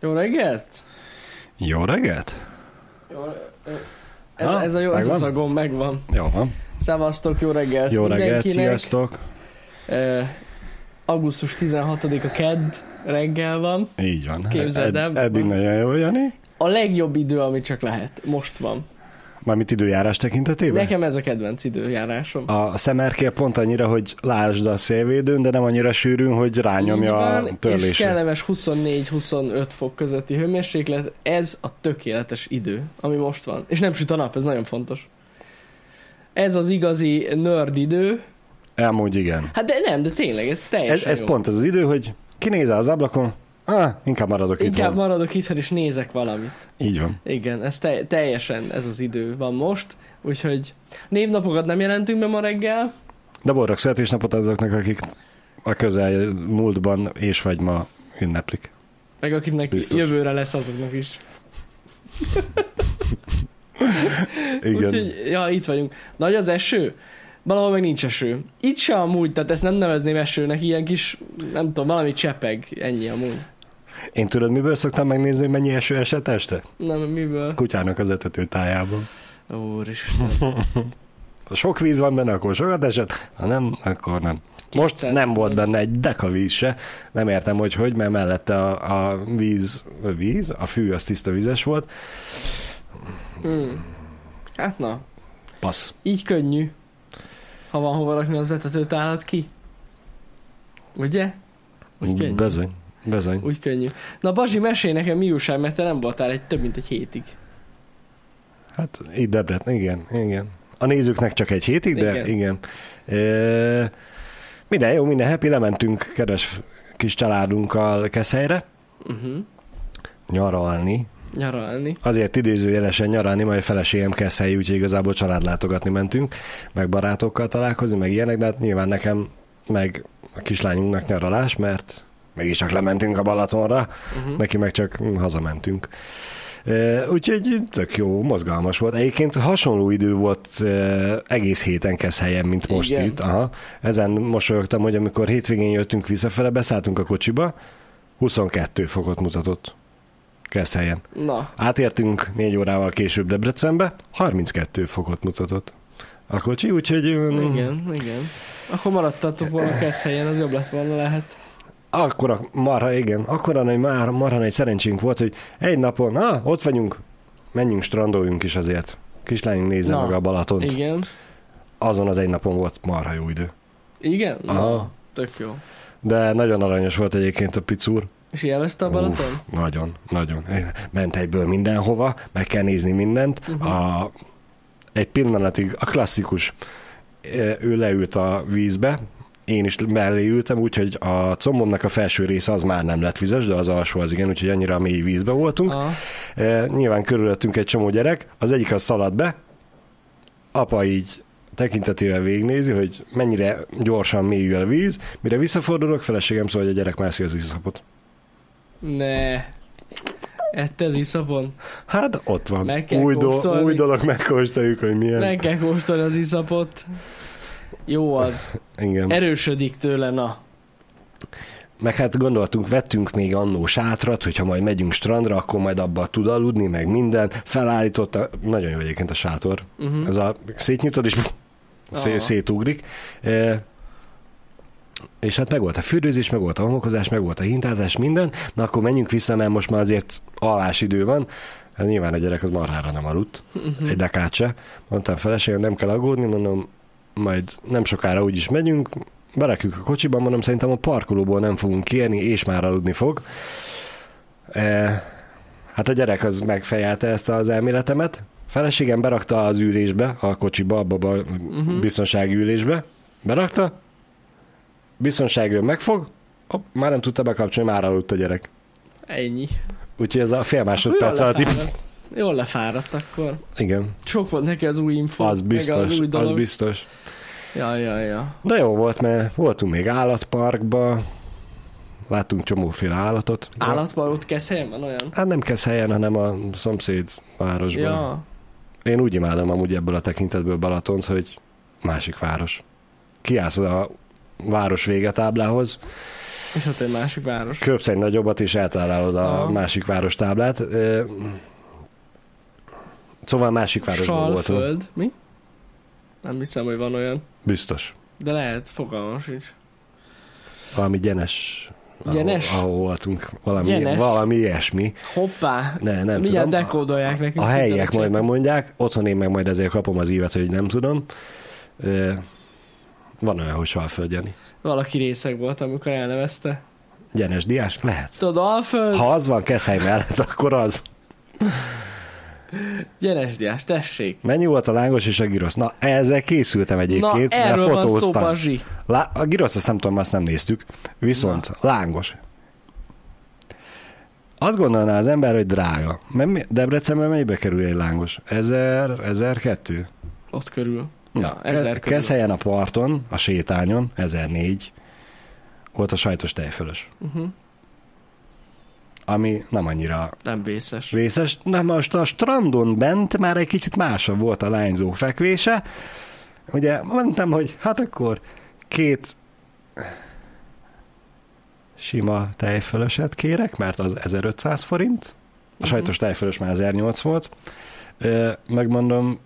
Jó reggelt! Jó reggelt! Jó, ö, ez, Na, ez a jó, ez a megvan? szagom megvan. Jó van. Szevasztok, jó reggelt Jó reggelt, mindenkinek. sziasztok. Ö, augusztus 16-a kedd reggel van. Így van. Képzeld el. eddig nagyon jó, Jani. A legjobb idő, amit csak lehet. Most van. Mármint időjárás tekintetében? Nekem ez a kedvenc időjárásom. A szemerkél pont annyira, hogy lásd a szélvédőn, de nem annyira sűrűn, hogy rányomja Így a És törlésre. kellemes 24-25 fok közötti hőmérséklet, ez a tökéletes idő, ami most van. És nem süt a nap, ez nagyon fontos. Ez az igazi nerd idő. Elmúgy igen. Hát de nem, de tényleg, ez teljesen Ez, ez jó. pont az az idő, hogy kinézel az ablakon, ah, inkább maradok itt. Inkább maradok itthon és nézek valamit. Így van. Igen, ez te- teljesen ez az idő van most, úgyhogy névnapokat nem jelentünk be ma reggel. De boldog születésnapot azoknak, akik a közel múltban és vagy ma ünneplik. Meg akiknek Biztos. jövőre lesz azoknak is. Igen. Úgyhogy, ja, itt vagyunk. Nagy az eső? Valahol meg nincs eső. Itt se amúgy, tehát ezt nem nevezném esőnek, ilyen kis, nem tudom, valami csepeg, ennyi amúgy. Én tudod, miből szoktam megnézni, hogy mennyi eső esett este? Nem, miből? Kutyának az etető tájában. Úristen. Ha sok víz van benne, akkor sokat esett, ha nem, akkor nem. Most Kétszer. nem volt benne egy deka víz se, nem értem, hogy hogy, mert mellette a, a víz, a víz, a fű az tiszta vizes volt, Hmm. Hát na, passz. így könnyű. Ha van hova rakni az etetőt állat ki. Ugye? Úgy könnyű. Mm, Bezony, bezony. Úgy könnyű. Na Bazsi, mesélj nekem mi újság, mert te nem voltál egy több mint egy hétig. Hát így Debrecen, igen, igen. A nézőknek csak egy hétig, de igen. igen. E, minden jó, minden happy, lementünk keres kis családunkkal Keszhelyre Mhm. Uh-huh. nyaralni, Nyaralni. azért idézőjelesen nyaralni, majd a feleségem kezd helyi, úgyhogy igazából családlátogatni mentünk, meg barátokkal találkozni, meg ilyenek, de hát nyilván nekem, meg a kislányunknak nyaralás, mert mégiscsak lementünk a Balatonra, Uh-huh. neki meg csak mm, hazamentünk. E, Úgyhogy tök jó, mozgalmas volt. Egyébként hasonló idő volt e, egész héten kezd helyen, mint most Igen. itt. Aha. Ezen mosolyogtam, hogy amikor hétvégén jöttünk visszafele, beszálltunk a kocsiba, 22 fokot mutatott kezd helyen. Na, Átértünk négy órával később Debrecenbe, 32 fokot mutatott a kocsi, úgyhogy mm, igen, igen. Akkor maradtatok volna kezd helyen, az jobb lett volna lehet. akkora marha, igen, akkora nagy már, marha nagy szerencsénk volt, hogy egy napon, na, ott vagyunk, menjünk, strandoljunk is azért. Kislányunk nézze Na, meg a Balatont. Igen. Igen. Azon az egy napon volt marha jó idő. Igen? Na, Aha. Tök jó. De nagyon aranyos volt egyébként a picúr. És élvezte a Balaton? Uff, nagyon, nagyon. Ment egyből mindenhova, meg kell nézni mindent. Mhm. Uh-huh. A, egy pillanatig a klasszikus, Ö, ő leült a vízbe, én is mellé ültem, úgyhogy a combomnak a felső része az már nem lett vizes, de az alsó az igen, úgyhogy annyira mély vízbe voltunk. Aha. E, nyilván körülöttünk egy csomó gyerek, az egyik az szalad be, apa így tekintetével végnézi, hogy mennyire gyorsan mélyül a víz, mire visszafordulok, feleségem szól, hogy a gyerek mászik az iszapot. Ne. Ette ez iszapon? Hát ott van. Meg kell Új, do- kóstolni. új dolog, megkóstoljuk, hogy milyen. Meg kell kóstolni az iszapot. Jó az. Igen. Erősödik tőle, na. Meg hát gondoltunk, vettünk még annó sátrat, hogyha majd megyünk strandra, akkor majd abba tud aludni, meg minden. Felállította, nagyon jó egyébként a sátor. Uh-huh. Ez a szétnyitod, és szé- Aha. szétugrik. E- és hát meg volt a fürdőzés, meg volt a homokozás, meg volt a hintázás, minden. Na akkor menjünk vissza, mert most már azért alvásidő van. Hát nyilván a gyerek az marhára nem aludt, Hm. egy dekát se. Mondtam feleségem, nem kell aggódni, mondom, majd nem sokára úgyis megyünk, berakjuk a kocsiba, mondom, szerintem a parkolóból nem fogunk kijönni, és már aludni fog. E, hát a gyerek az megfejelte ezt az elméletemet. Feleségem berakta az ülésbe, a kocsiba, abba a Mhm. uh-huh. biztonsági ülésbe. Berakta, biztonsági őr megfog, hopp, már nem tudta bekapcsolni, már aludt a gyerek. Ennyi. Úgyhogy ez a fél Jól másodperc alatt így- lefáradt. Jól lefáradt akkor. Igen, Sok volt neki az új info. az meg biztos, új az dolog. biztos. Ja, ja, ja. De jó volt, mert voltunk még állatparkba, láttunk csomóféle állatot. Állatparkot kezd van olyan? Hát nem kezd helyen, hanem a szomszéd városban. Ja. Ja. Én úgy imádom amúgy ebből a tekintetből Balatont, hogy másik város. Kiállsz a város végetáblához, És ott egy másik város. Köpsz egy nagyobbat, és átállálod a Aha. másik város táblát. Ö, Szóval másik városban volt. Salföld. Mi? Nem hiszem, hogy van olyan. Biztos. De lehet, fogalmam sincs. Valami gyenes. ahol- Gyenes? Ahol, voltunk. Valami, Gyenes? valami iysmi. Hoppá! Ne, nem Mindjárt tudom. dekódolják nekünk. A helyiek mindent, majd csak- megmondják, otthon én meg majd ezért kapom az ívet, hogy nem tudom. Ö, Van olyan, hogy Salföld, Jani. Valaki részeg volt, amikor elnevezte. Gyenes diás? Lehet. Tudod, Alföld, ha... Ha az van Keszhely mellett, akkor az. Gyeresdiás, tessék. Mennyi volt a lángos és a girosz? Na, ezzel készültem egyébként, Na, mert erről van szó, fotóztam. Pazsi. Lá- a girosz, azt nem tudom, azt nem néztük. Viszont lángos. Azt gondolná az ember, hogy drága. Mert mi- Debrecenben mennyibe kerül egy lángos? 1000, 1002? Ott körül. Na, ezer ke- körül. Keszhelyen a parton, a sétányon, 1004 volt a sajtos tejfölös. Uh-huh. Ami nem annyira Nem vészes. vészes. Na most a strandon bent már egy kicsit másabb volt a lányzó fekvése. Ugye mondtam, hogy hát akkor két sima tejfölöset kérek, mert az 1500 forint. Uh-huh. Mhm. A sajtos tejfölös már 1008 volt. Ö, Megmondom,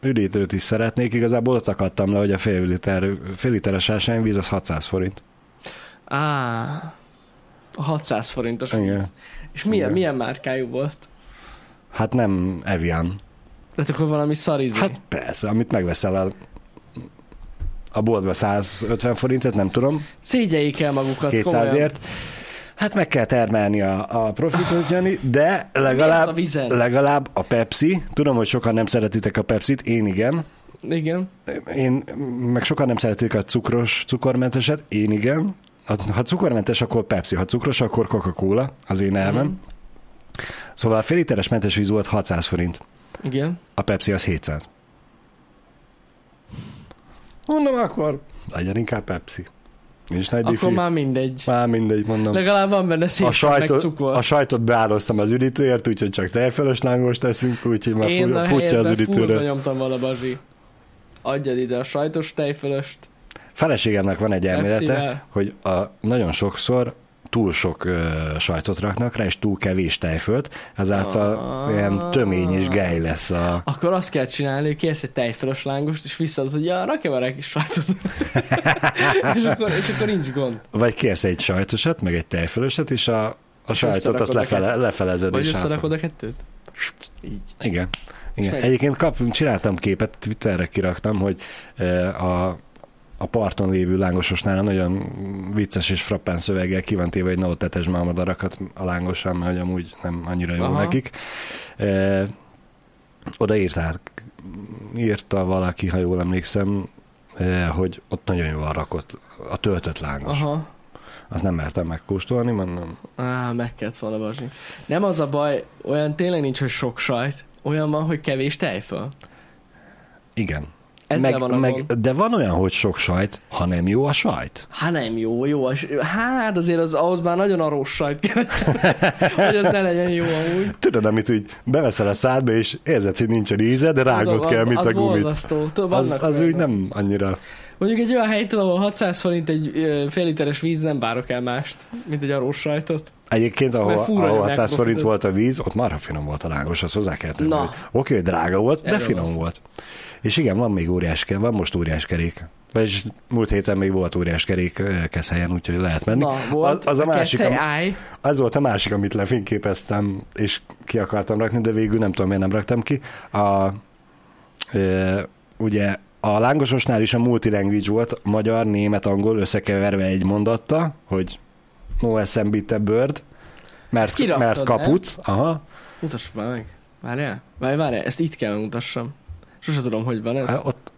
üdítőt is szeretnék. Igazából ott akadtam le, hogy a fél, liter, fél literes ásványvíz az 600 forint. Á, a 600 forintos Igen. víz. És milyen, Igen. milyen márkájú volt? Hát nem Evian. Tehát akkor valami szarizé. Hát persze, amit megveszel a, a boltba 150 forintet, nem tudom, Szégyeljék el magukat, 200-ért. Hát meg kell termelni a, a profitot, Jani, de legalább, a vizen? legalább a Pepsi, tudom, hogy sokan nem szeretitek a Pepsit, én igen, komolyan. Igen. én, meg sokan nem szeretik a cukros, cukormenteset, én igen. Ha, ha cukormentes, akkor Pepsi, ha cukros, akkor Coca-Cola, az én elvem. Mhm. Szóval a fél literes mentes víz volt 600 forint. Igen. A Pepsi az 700. Mondom, akkor legyen inkább Pepsi. Nincs nagy Akkor diffi. Már... már mindegy. már mindegy, mondom. Legalább van benne szép, a, meg sajtot, cukor. a sajtot beároztam az üdítőért, úgyhogy csak tejfölös lángost teszünk, úgyhogy már Én fut, a futja az helyedben furba üdítőre. nyomtam vala, Bazsi. Adjad ide a sajtos tejfölöst. Feleségemnek van egy elmélete, Pepsivel. hogy a, nagyon sokszor túl sok ö, sajtot raknak rá, és túl kevés tejfölt, ezáltal Ah. ilyen tömény és gej lesz a... Akkor azt kell csinálni, hogy kérsz egy tejfölös lángost, és visszaadod, hogy ja, rakj már egy kis sajtot. és, akkor, és akkor nincs gond. Vagy kérsz egy sajtosat, meg egy tejfölöset, és a, a sajtot azt összerakod lefele, lefelezed. Vagy és összerakod átadod. a kettőt? Így. Igen. Igen. meg- Egyébként kap, csináltam képet, Twitterre kiraktam, hogy e, a, a parton lévő lángososnál nagyon vicces és frappán szöveggel ki van téve, hogy ne ott tetesd már a madarakat a lángosan, mert hogy amúgy nem annyira jó Aha. nekik. E, oda írták, írta valaki, ha jól emlékszem, e, hogy ott nagyon jól rakott a töltött lángos. Aha. Aha. Azt nem mertem megkóstolni, mondom, Á, meg kellett volna, Bazsi. Nem az a baj, olyan tényleg nincs, hogy sok sajt. Olyan van, hogy kevés tejföl. igen. Ezzel Meg, van a meg, gond. de van olyan, hogy sok sajt, ha nem jó a sajt. Hát nem jó, jó. és- Hát azért az, ahhoz már nagyon arós sajt kell, hogy az ne legyen jó amúgy. Tudod, amit úgy beveszel a szádba, és érzed, hogy nincsen íze, de rágnod Tudom, kell, az- mint az a gumit. borzasztó. Tudom, Az, vannak az úgy olyanok. nem annyira... Mondjuk egy olyan helytől, ahol 600 forint egy ö, fél literes víz, nem várok el mást, mint egy arós sajtot. Egyébként, ahol, Mert fura, ahol hogy 600 forint megprofitot. volt a víz, ott marha finom volt a lángos, azt hozzá kell tenni. Na. Oké, hogy drága volt, de Erről finom van szó. volt. És igen, van még óriás kerék, van most óriás kerék. Vagyis múlt héten még volt óriás kerék ö, Keszhelyen, úgyhogy lehet menni. Na, volt, az, az, a másik, kezdte, am, állj, az volt a másik, amit lefényképeztem, és ki akartam rakni, de végül nem tudom, miért nem raktam ki. A, ö, ugye a lángososnál is a multilanguage volt, magyar, német, angol összekeverve egy mondatta, hogy no eszembe te bird, mert, Ezt kiraktad, mert kaput. Aha. mutassuk már meg. Várjál, várjál, várjál, ezt itt kell mutassam. Sose tudom, hogy van ez. Hát Ott,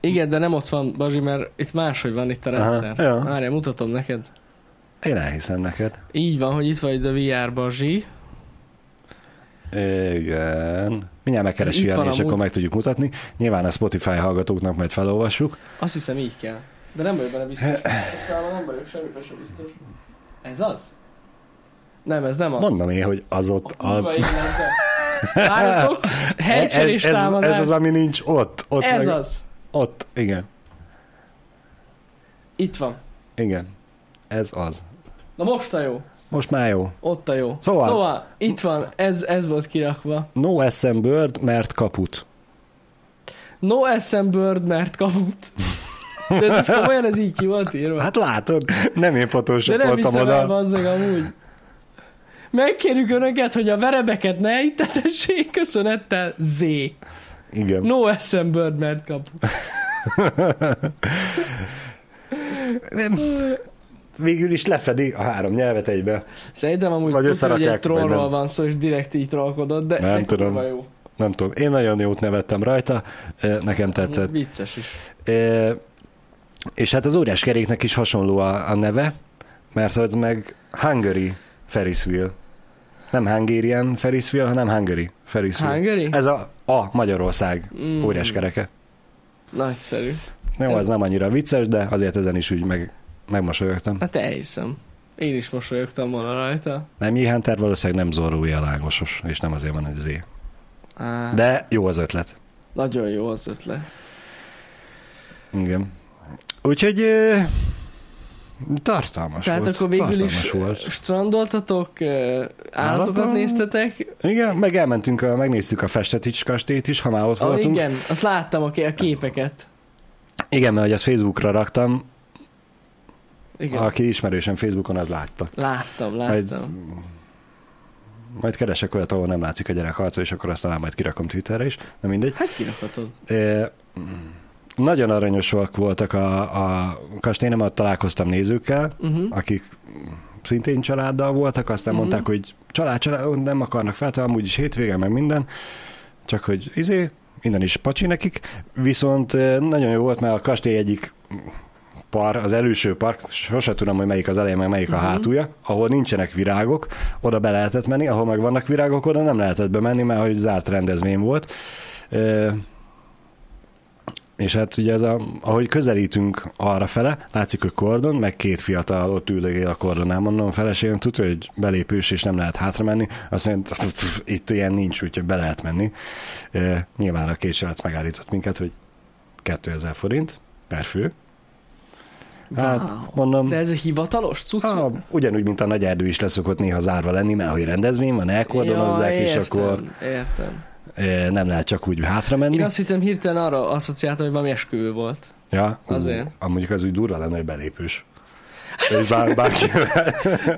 Igen, de nem ott van, Bazsi, mert itt máshogy van itt a Aha, rendszer. ja. Várjál, mutatom neked. én elhiszem neked. Így van, hogy itt vagy a VR Bazsi. Igen. Mindjárt megkeresi Ez itt Jani, van és amúgy. akkor meg tudjuk mutatni. Nyilván a Spotify hallgatóknak majd felolvassuk. Azt hiszem így kell. De nem vagyok benne biztos. Aztán nem vagyok semmiben sem biztos. Ez az? Nem, ez nem az. Mondom én, hogy az ott Kurva az. életbe. Várjatok, helycserés ez, ez, támadás. ez az, ami nincs ott. ott Ez meg, az. Ott, igen. Itt van. Igen. ez az. Na most a jó, Most már jó. ott a jó. Szóval- szóval itt van, ez, ez volt kirakva. No eszem bird, mert kaput. No SM Bird, mert kaput. De ez komolyan ez így ki volt írva. Hát látod, nem én De fotósok nem voltam hiszem el, oda. az meg amúgy. Megkérjük önöket, hogy a verebeket ne ittetessék, köszönettel Z. Igen. No SM Bird, mert kapu. Nem. Végül is lefedi a három nyelvet egybe. Szerintem amúgy Vagy tudja, hogy egy összerakják, vagy trollról nem. van szó, és direkt így trollkodott, de Nem de tudom. kurva Jó. Nem tudom, én nagyon jót nevettem rajta, eh, nekem tetszett. Vicces is. Eh, És hát az óriás keréknek is hasonló a, a neve, mert az meg Hungary Ferrisville. Nem Hungarian Ferrisville, hanem Hungary Ferrisville. Hungary? Ez a, a Magyarország Mm, óriás kereke. Nagyszerű. Nem, Ez- az nem annyira vicces, de azért ezen is úgy meg, megmosolyogtam. Hát elhiszem. Én is mosolyogtam volna rajta. Nem Jihánter valószínűleg nem zorrója lángosos, és nem azért van egy Z. Á, De jó az ötlet. Nagyon jó az ötlet. Igen. Úgyhogy ö, tartalmas Tehát volt. akkor végül tartalmas is eh, volt. strandoltatok, ö, állatokat Állatom? néztetek. Igen, meg elmentünk, a, megnéztük a Festetics kastélyt is, ha már ott Ah, voltunk. igen, azt láttam a ké- a képeket. igen, mert hogy ezt Facebookra raktam, Igen. aki ismerősen Facebookon, az látta. Láttam, Majd, láttam. majd keresek olyat, ahol nem látszik a gyerek arca, és akkor azt talán majd kirakom Twitterre is, de mindegy. Hát kirakhatod. E, nagyon aranyosak voltak a, a kastélyen, mert találkoztam nézőkkel, Uh-huh. akik szintén családdal voltak, aztán Mhm. mm-hmm. mondták, hogy család, család, nem akarnak fel, talán amúgy is hétvégen, meg minden, csak hogy izé, innen is pacsi nekik, viszont eh, nagyon jó volt, mert a kastély egyik par, az előső park, sose tudom, hogy melyik az eleje, meg melyik a Mhm. hátulja, ahol nincsenek virágok, oda be lehetett menni, ahol meg vannak virágok, oda nem lehetett bemenni, mert hogy zárt rendezvény volt. Eh, és hát ugye ez a, ahogy közelítünk arra fele, látszik, hogy kordon, meg két fiatal ott üldögél a kordonál, mondom, a feleségem tudja, hogy belépős, és nem lehet hátra menni, azt mondja, itt ilyen nincs, úgyhogy be lehet menni. E, nyilván a két srác megállított minket, hogy 2000 forint per fő. Hát, Wow. mondom, De ez egy hivatalos cucc? ah, volt? ugyanúgy, mint a nagy erdő is leszokott néha zárva lenni, mert hogy rendezvény van, elkordonozzák, és értem, akkor Értem. e, nem lehet csak úgy hátra menni. Én azt hittem hirtelen arra asszociáltam, hogy valami esküvő volt. Ja, ú, Azért. Hát Amúgy az úgy durva lenne, hogy belépős. És bár, bárki,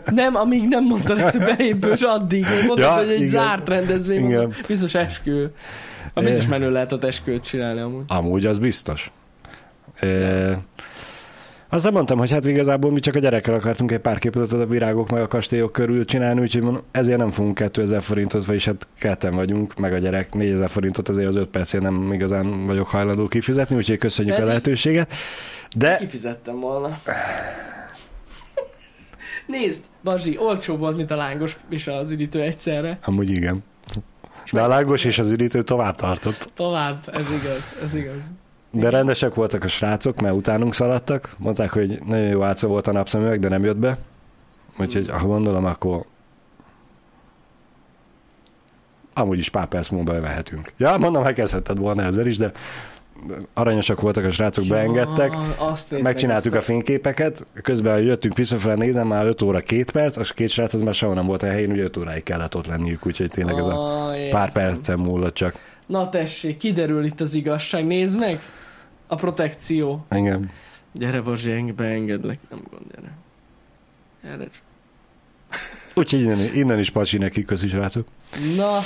Nem, amíg nem mondta ezt, hogy belépős, addig. Én Mondtad, Ja, hogy egy igen. zárt rendezvény. Igen. Mondtad, biztos esküvő. A biztos menő lehet ott esküvőt csinálni amúgy. amúgy az biztos. E, aztán mondtam, hogy hát igazából mi csak a gyerekkel akartunk egy pár képet a virágok meg a kastélyok körül csinálni, úgyhogy mondom, ezért nem fogunk 2000 forintot, vagyis hát ketten vagyunk, meg a gyerek 4000 forintot, azért az 5 percén nem igazán vagyok hajlandó kifizetni, úgyhogy köszönjük Pedig- a lehetőséget. De Kifizettem volna. Nézd, Bazsi, olcsó volt, mint a lángos és az üdítő egyszerre. amúgy igen. De a lágos és az üdítő tovább tartott. Tovább, ez igaz, ez igaz. De rendesek voltak a srácok, mert utánunk szaladtak. Mondták, hogy nagyon jó álca volt a napszemüveg, de nem jött be. Úgyhogy ha gondolom, akkor amúgy is pár perc múlva bevehetünk. Ja, mondom, elkezdhetted volna ezzel is, de aranyosak voltak a srácok, beengedtek. Ja, azt nézd, Megcsináltuk a azt fényképeket, közben hogy jöttünk visszafele, nézem, már 5 óra 2 perc, és két srác az már sehol nem volt a helyén, ugye 5 óráig kellett ott lenniük, úgyhogy tényleg ez a Ah, pár értem. percen múlott csak. Na tessék, kiderül itt az igazság, nézd meg! A protekció. Engem. Gyere Bazsi, eng- beengedlek. Nem gond, gyere. Gyere csak. Úgyhogy innen, innen is pacsi neki, köszi srácok. Na,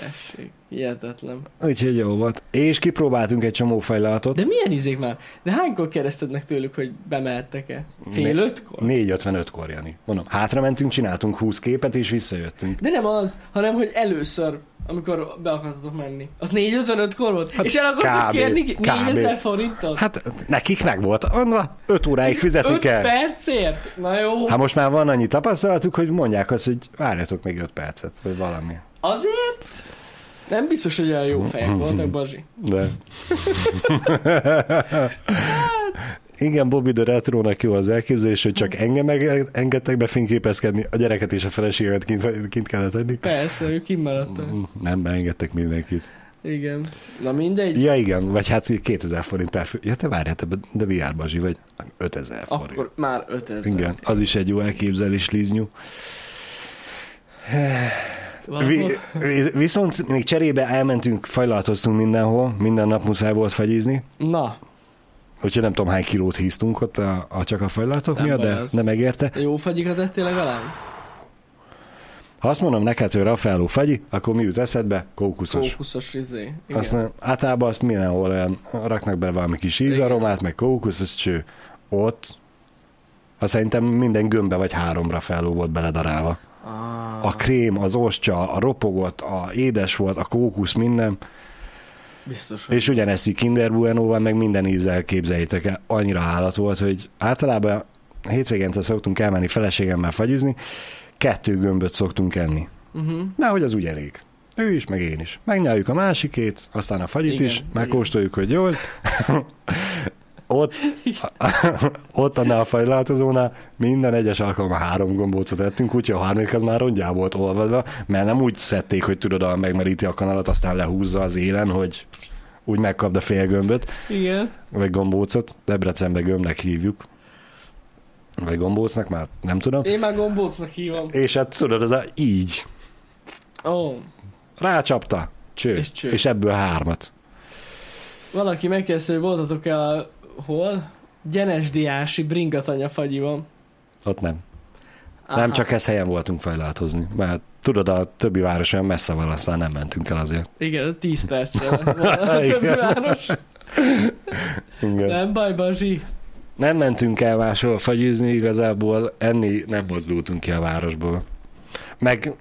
tessék. Hihetetlen. Úgyhogy jó volt. És kipróbáltunk egy csomó fejlátot. De milyen izék már? De hánykor keresztednek tőlük, hogy bemehettek-e? Fél Ne- ötkor? 4.55-kor, Jani. Mondom, hátra mentünk, csináltunk 20 képet, és visszajöttünk. De nem az, hanem hogy először, amikor be akartatok menni. Az 4.55-kor volt? Hát és el akartok kb. kérni ki- kb. 4000 forintot? Hát nekik meg volt mondva, 5 óráig fizetni 5 kell. percért? Na jó. Hát most már van annyi tapasztalatuk, hogy mondják azt, hogy várjatok még 5 percet, vagy valami. Azért? Nem biztos, hogy olyan jó fejek voltak, Bazsi. De. Igen, Bobby de Retrónak jó az elképzelés, hogy csak engem meg engedtek be fényképezkedni, a gyereket és a feleségemet kint, kint kellett hagyni. Persze, ő kimaradtak. Nem, beengedtek mindenkit. Igen. Na mindegy. Ja igen, vagy hát ugye 2000 forint per fő. Ja te várjál, te be- de VR bazsi vagy 5000 forint. Akkor már 5000. Igen, az is egy jó elképzelés, Líznyú. Vi, Valahol- vi- viszont még cserébe elmentünk, fajlatoztunk mindenhol, minden nap muszáj volt fagyizni, Na, úgyhogy nem tudom hány kilót híztunk ott a, a csak a fajlatok Nem miatt, baj de az. de megérte. jó fagyikat ettél legalább? Ha azt mondom neked, hogy Raffaello fagyi, akkor mi jut eszedbe? Kókuszos. Fókuszos izé. Igen. Azt nem, általában azt mindenhol olyan, raknak bele valami kis ízaromát, meg kókusz, az cső. Ott, azt szerintem minden gömbbe vagy háromra feló volt beledarálva. Ah, A krém, az ostya, a ropogott, a édes volt, a kókusz, minden. biztos, hogy És ugyanezt így Kinder Bueno-val, meg minden ízzel képzeljétek el. Annyira állat volt, hogy általában hétvégente szoktunk elmenni feleségemmel fagyizni, kettő gömböt szoktunk enni. Uh-huh. Mert hogy az ugyanígy. Ő is, meg én is. Megnyaljuk a másikét, aztán a fagyit Igen, is, igen. megkóstoljuk, hogy jó. ott, ott annál a fagylaltozónál minden egyes alkalommal három gombócot ettünk, úgyhogy a harmadik az már rongyá volt olvadva, mert nem úgy szedték, hogy tudod, a megmeríti a kanalat, aztán lehúzza az élen, hogy úgy megkapd a fél gömböt, Igen. vagy gombócot, Debrecenbe gömbnek hívjuk, vagy gombócnak, már nem tudom. Én már gombócnak hívom. És hát tudod, az a így, Ó, oh, Rácsapta. Cső. És cső. És ebből hármat. valaki megkérdezte, hogy voltatok el hol? Gyenesdiási bringatanya fagyiban. Ott nem. Nem csak ez helyen voltunk fejlátozni. Mert tudod, a többi város olyan messze van, aztán nem mentünk el azért. Igen, 10 percre lett volna a többi Igen. város. Igen. Nem baj, Bazsi. Nem mentünk el máshol fagyizni, igazából enni nem mozdultunk ki a városból. Meg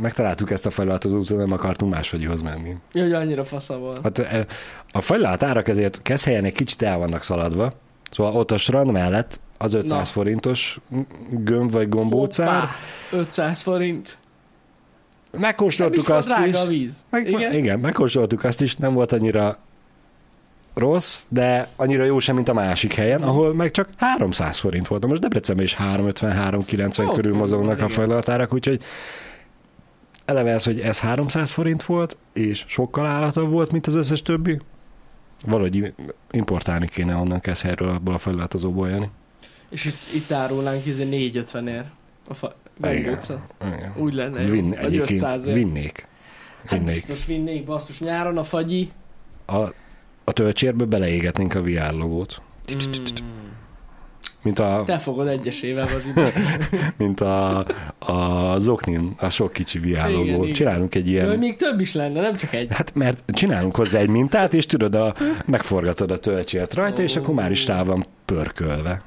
megtaláltuk ezt a fajlátozót, nem akartunk más fagyihoz menni. Jó, hogy annyira fasza volt. Hát e, a fajlát árak ezért Keszhelyen egy kicsit el vannak szaladva. Szóval ott a strand mellett az 500 Na. forintos gömb vagy gombócár. Hoppá, 500 forint. Nem is Megkóstoltuk volt azt is. drága a víz. Meg, igen? Igen? igen, megkóstoltuk azt is, nem volt annyira rossz, de annyira jó sem, mint a másik helyen, ahol meg csak 300 forint volt. Na Most Debrecenben is 350-390 Ott körül van, mozognak a igen. fajlatárak, úgyhogy eleve ez, hogy ez 300 forint volt, és sokkal állatabb volt, mint az összes többi. Valahogy importálni kéne onnan kezd helyről abból a fajlatozóból jönni. És itt, itt árulnánk izé 450 ér a fa... Igen. gombócot. Igen. Úgy lenne. jó. Vin, Vagy 500 egyébként ér. vinnék. Hát vinnék. biztos vinnék, basszus. Nyáron a fagyi. A, a töltsérbe beleégetnénk a VR logót, Mm. mint a Te fogod egyesével, Bazsi. mint a, a Zoknin, a sok kicsi Igen, viálogó. igen. Csinálunk egy Jó, hogy ilyen... még több is lenne, nem csak egy. Hát mert csinálunk hozzá egy mintát, és tudod, a, megforgatod a töltsért rajta, és akkor már is rá van pörkölve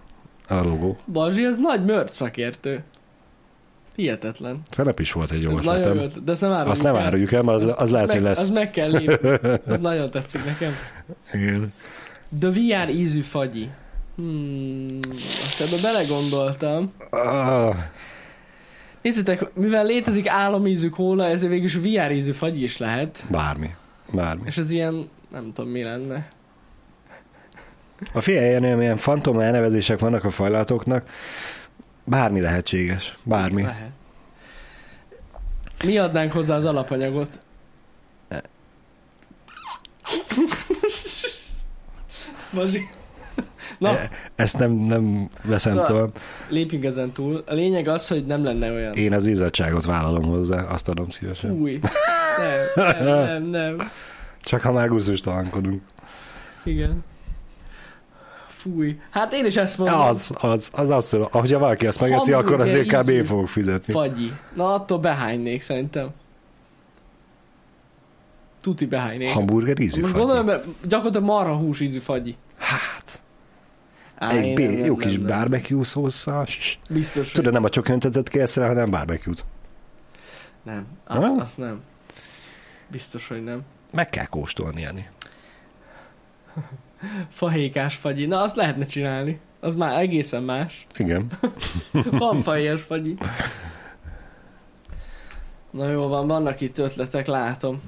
a logó. Bazsi, ez nagy mört szakértő. Hihetetlen. Felep is volt egy jó Ez Hát nagyon jó, ötletem. ötlet, de ezt nem áruljuk Azt nem el. áruljuk el, mert az, az lehet, meg, hogy Az lesz. meg kell lépni. Ez nagyon tetszik nekem. Igen. The VR ízű fagyi. Hmm, most ebbe belegondoltam. Ah, Nézzétek, mivel létezik álomízű kóla, ezért végül is VR ízű fagy is lehet. Bármi. Bármi. És ez ilyen, nem tudom mi lenne. A fiajelnél ilyen fantom elnevezések vannak a fajlatoknak, bármi lehetséges. Bármi. Lehet. Mi adnánk hozzá az alapanyagot? Bazsi. Na, E- Ezt nem, nem veszem Na. tovább. lépjünk ezen túl. A lényeg az, hogy nem lenne olyan. Én az izzadságot vállalom hozzá, azt adom szívesen. Fúj. Nem, nem, nem, nem. Csak ha már gusztustalankodunk. Igen. Fúj. Hát én is ezt mondom. Az, az, az abszolút. Ahogy valaki ezt megeszi, akkor azért Hamburger kb. ízű. én fogok fizetni. Fagyi. Na, attól behánynék szerintem. Tuti behánynék. Hamburger ízű Most fagyi. gondolom, mert gyakorlatilag marha hús ízű fagyi. Hát, Á, egy én bé- nem, nem, jó nem, kis nem. barbecue szószal. Ss. Biztos, Tudod, hogy... nem a csökkentetet kérsz rá, hanem barbecue-t. Nem, azt, Nem? azt nem. Biztos, hogy nem. Meg kell kóstolni, Jani. Fahékás fagyi. Na, azt lehetne csinálni. Az már egészen más. Igen. Van fahéjas fagyi. Na jó van, vannak itt ötletek, látom.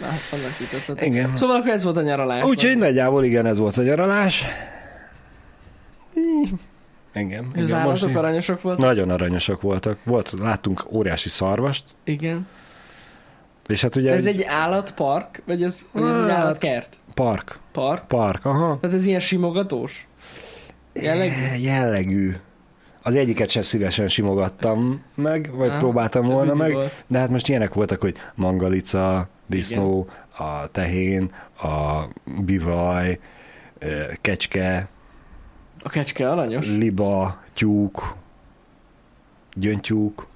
Lát, vannak itt ötletek. Igen. Szóval akkor ez volt a nyaralás. Úgyhogy nagyjából igen, ez volt a nyaralás. Engem. És az Igen, most állatok így- aranyosak voltak? Nagyon aranyosak voltak. Volt, láttunk óriási szarvast, Igen. És hát ugye De ez egy egy állatpark, vagy ez, vagy ez egy Hát- állatkert? park. Park? Park, aha. Tehát ez ilyen simogatós? Jellegű? Eh, Jellegű. Az egyiket sem szívesen simogattam meg, vagy Aha. próbáltam volna Ügyi meg, volt. de hát most ilyenek voltak, hogy mangalica, disznó, a tehén, a bivaj, eh, kecske, A kecske aranyos? liba, tyúk, gyöngytyúk,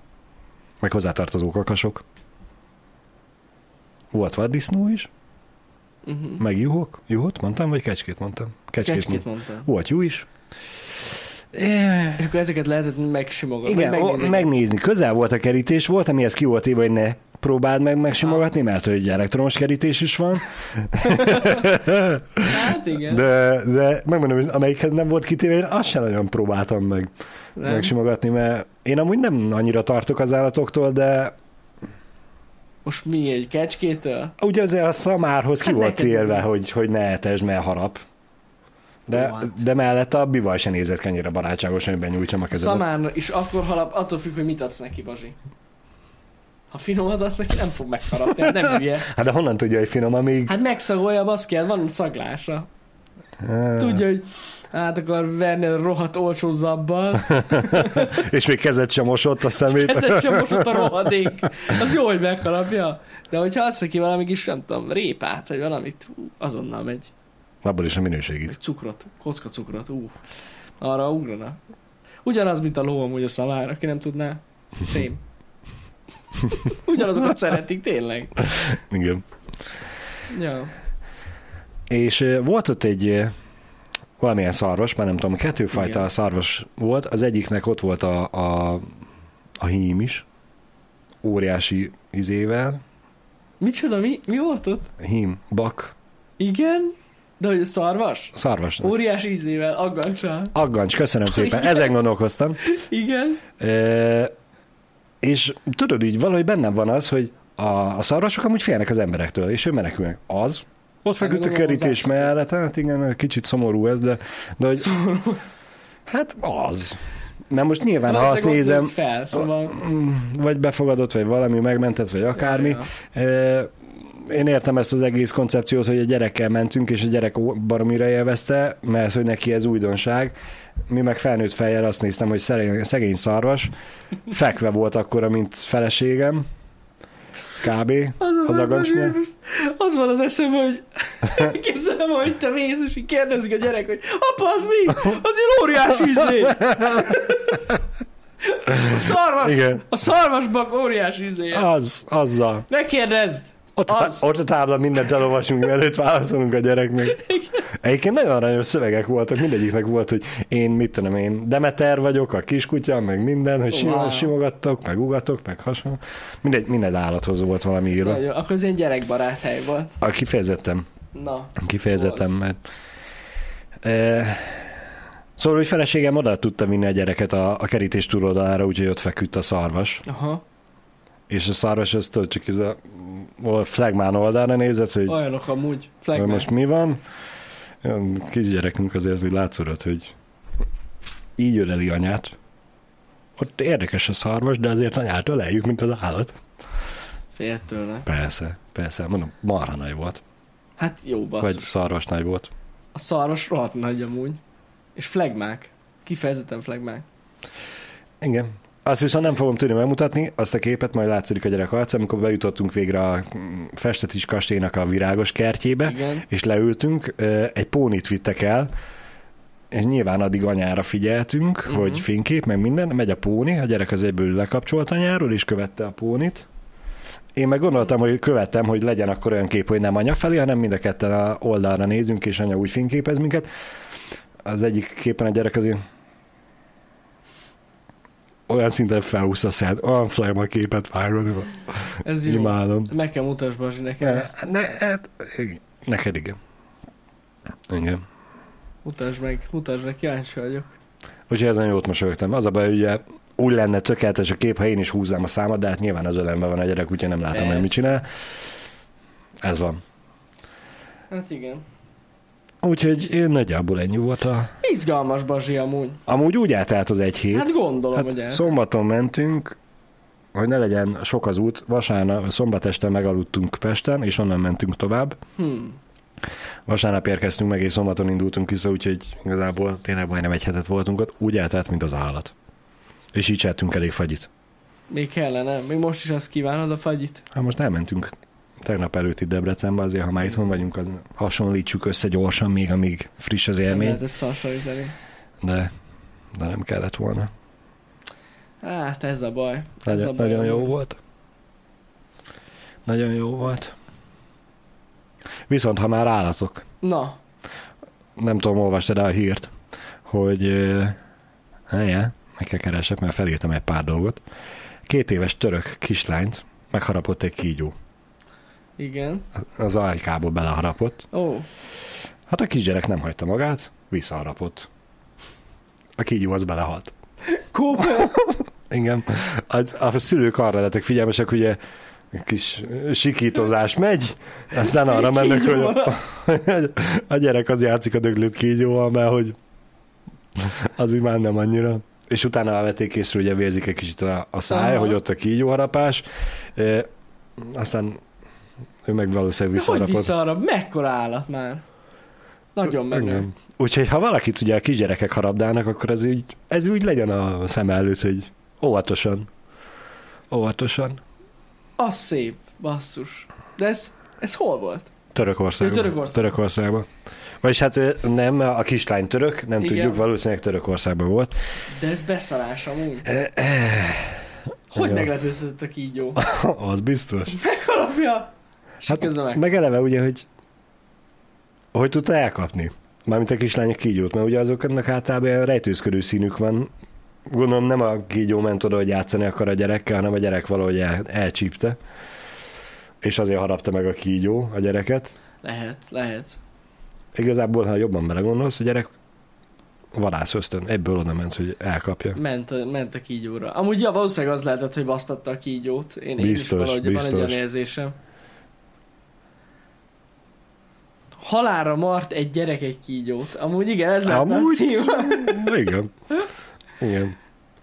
meg hozzátartozó kakasok. Volt vaddisznó is, Uh-huh. meg juhok. Juhot mondtam, vagy kecskét mondtam? Kecskét, Kecskét mondtam. mondtam. Volt juh is. Eh, És akkor ezeket lehetett megsimogatni. Igen, vagy megnézni. megnézni. megnézni. Közel volt a kerítés, volt, amihez ki volt éve, hogy ne próbáld meg megsimogatni, mert hogy elektromos kerítés is van, Hát igen. De, de, de megmondom, hogy amelyikhez nem volt kitéve, én azt sem nagyon próbáltam meg nem. megsimogatni, mert én amúgy nem annyira tartok az állatoktól, de Most mi egy kecskétől? ugye azért a szamárhoz ki Hát volt neked írva, igen. hogy, hogy ne etesd, mert harap. De, Jó, hát. de mellette a bivaj se nézett ki annyira barátságosan, hogy benyújtsam a kezemet. Szamár is akkor halap, attól függ, hogy mit adsz neki, Bazsi. Ha finomat adsz neki, nem fog megharapni, hát nem hülye. Hát de honnan tudja, hogy finom, amíg... Hát megszagolja, baszki, hát van szaglása. Ah. Tudja, hogy át akar verni a rohadt olcsó zabbal, És még kezet sem mosott a szemét. ezzel sem mosott a rohadék. Az jó, hogy megharapja. De hogyha adsz neki valami kis, nem tudom, répát, vagy valamit, ú, azonnal megy. Abból is a minőségét. Vagy cukrot, kocka cukrot, ú, arra ugrana. Ugyanaz, mint a ló amúgy a szamár, aki nem tudná. Szém. Ugyanazokat szeretik, tényleg. Igen. Ja. És ö, volt ott egy ö, valamilyen szarvas, már nem tudom, kettőfajta Igen. szarvas volt, az egyiknek ott volt a, a, a hím is, óriási izével, Micsoda, mi, mi volt ott? hím, bak, Igen? De hogy szarvas? szarvas. Óriás ízével, aggancsal. Aggancs, köszönöm szépen, ezen gondolkoztam. Igen? E, és tudod, így valahogy bennem van az, hogy a, a szarvasok amúgy félnek az emberektől, és ő menekülnek. Az, ott feküdt a Hát, gondolom, kerítés hozzászokott. mellett, hát igen, kicsit szomorú ez, de, de hogy... Hát az. Na most nyilván, ha azt Valószínűleg ott nézem, nőtt fel, szóval... mm, vagy befogadott, vagy valami megmentett, vagy akármi. Ja, E, Én értem ezt az egész koncepciót, hogy a gyerekkel mentünk, és a gyerek ó- baromira élvezte, mert hogy neki ez újdonság. Mi meg felnőtt fejjel azt néztem, hogy szegény, szegény szarvas, fekve volt akkora, mint feleségem, kb. Az, Az az, aggancs mi? az van az eszembe, hogy képzelem, hogy te mész, és így kérdezik a gyerek, hogy apa, az mi? Az egy óriási izé. A szarvas, Igen. Ah. a szarvasbak óriási izé. Az, azzal. Ne kérdezd! Ott, a tá- Az. ott a táblán mindent elolvasunk, mielőtt válaszolunk a gyereknek. Egyébként nagyon aranyos szövegek voltak, mindegyiknek volt, hogy én, mit tudom én, Demeter vagyok, a kiskutya, meg minden, hogy sima, Wow. simogattok, meg ugatok, meg hasonló. Mindegy, minden állathoz volt valami írva. Nagyon, akkor ez ilyen gyerekbarát hely volt. A kifejezettem, Na, kifejezettem, mert... E, szóval, hogy feleségem oda tudta vinni a gyereket a, a kerítés túloldalára, úgyhogy ott feküdt a szarvas. aha, És a szarvas az tudod, csak ez a, a flagmán oldalra nézett, hogy olyanok amúgy. hogy Flagman. most mi van. Ilyen Kisgyerekünk azért, hogy látszódott, hogy így öleli anyát. Ott érdekes a szarvas, de azért anyát öleljük, mint az állat. Fél tőle. Persze, persze, mondom, marha nagy volt, Hát jó, basszus. vagy szarvas nagy volt. A szarvas rohadt nagy amúgy. És flagmák. Kifejezetten flagmák. Igen. Azt viszont nem fogom tudni megmutatni, azt a képet majd látszik a gyerek arca, amikor bejutottunk végre a mm, Festetis kastélynak a virágos kertjébe, Igen. és leültünk, ö, egy pónit vittek el, és nyilván addig anyára figyeltünk, Mhm. uh-huh. hogy fénykép, meg minden, megy a póni, a gyerek az egyből lekapcsolt anyáról, és követte a pónit. Én meg gondoltam, hogy követtem, hogy legyen akkor olyan kép, hogy nem anya felé, hanem mind a ketten a oldalra nézünk, és anya úgy fényképez minket. Az egyik képen a gyerek azért olyan szinten felhúzta a szád, olyan flame a képet vágod, Ez jó. imádom. Meg kell mutasd, Bazsi, nekem Ne, ezt. ne, hát, igen. neked igen. Igen. Mutasd meg, mutasd meg, kíváncsi vagyok. Úgyhogy ezen jót mosolyogtam. Az a baj, hogy ugye úgy lenne tökéletes a kép, ha én is húznám a számat, de hát nyilván az ölemben van a gyerek, úgyhogy nem látom, hogy mit Persze. csinál. Ez van. Hát igen. Úgyhogy én nagyjából ennyi volt a... Izgalmas Bazsi amúgy. Amúgy úgy átállt az egy hét. Hát gondolom, Hát hogy el. szombaton mentünk, hogy ne legyen sok az út, vasárnap, szombat este megaludtunk Pesten, és onnan mentünk tovább. Hmm. Vasárnap érkeztünk meg, és szombaton indultunk vissza, úgyhogy igazából tényleg majdnem egy hetet voltunk ott, úgy eltelt, mint az állat. És így csináltunk elég fagyit. Még kellene, még most is azt kívánod a fagyit. Hát most elmentünk tegnap előtt itt Debrecenbe, azért ha már itthon vagyunk, az hasonlítsuk össze gyorsan még, amíg friss az Nem élmény, lehet összehasonlítani. de, de nem kellett volna. Hát ez a baj. Ez a Nagyon, baj. nagyon jó volt. Nagyon jó volt. Viszont ha már állatok, Na, nem tudom, olvastad el a hírt, hogy eh, helye, meg kell keresek, mert felírtam egy pár dolgot. Két éves török kislányt megharapott egy kígyó. igen. Az ajkából beleharapott. Ó, Hát a kisgyerek nem hagyta magát, visszaharapott. A kígyó az belehalt. Cooper! Igen. A, a szülők arra lettek figyelmesek, ugye egy kis sikítozás megy, aztán arra mennek, hogy a, a gyerek az játszik a döglött kígyóval, mert hogy az úgy már nem annyira. És utána elvették észre, ugye vérzik egy kicsit a, a szája, Aha. hogy ott a kígyóharapás. E, aztán ő meg valószínűleg De hogy visszarapott. visszaarra? Mekkora állat már? Nagyon menő. Igen. Úgyhogy ha valakit ugye a kisgyerekek harabdálnak, akkor ez úgy, ez úgy legyen a szem előtt, hogy óvatosan. Óvatosan. Az szép, basszus. De ez, ez hol volt? Törökországban. Ja, Törökország. Törökországban. Vagyis hát ő- nem, a kislány török, nem Igen. Igen. tudjuk, valószínűleg Törökországban volt. De ez beszarás amúgy. Eh, Hogy Igen. meglepődött a kígyó? Az biztos. Megharapja! És hát, Hát, közben meg... Meg eleve ugye, hogy hogy tudta elkapni? Mármint a kislányok kígyót, mert ugye azoknak általában ilyen rejtőzködő színük van. Gondolom nem a kígyó ment oda, hogy játszani akar a gyerekkel, hanem a gyerek valahogy el, elcsípte. És azért harapta meg a kígyó a gyereket. Lehet, lehet. Igazából, ha jobban belegondolsz, a gyerek vadász ösztön, ebből oda ment, hogy elkapja. Ment, a- ment a kígyóra. Amúgy ja, valószínűleg az lehetett, hogy basztatta a kígyót. Én, én is Biztos, valahogy van egy biztos. olyan érzésem. Halára mart egy gyerek egy kígyót. Amúgy igen, ez lehet a Amúgy? cím. Igen. Igen.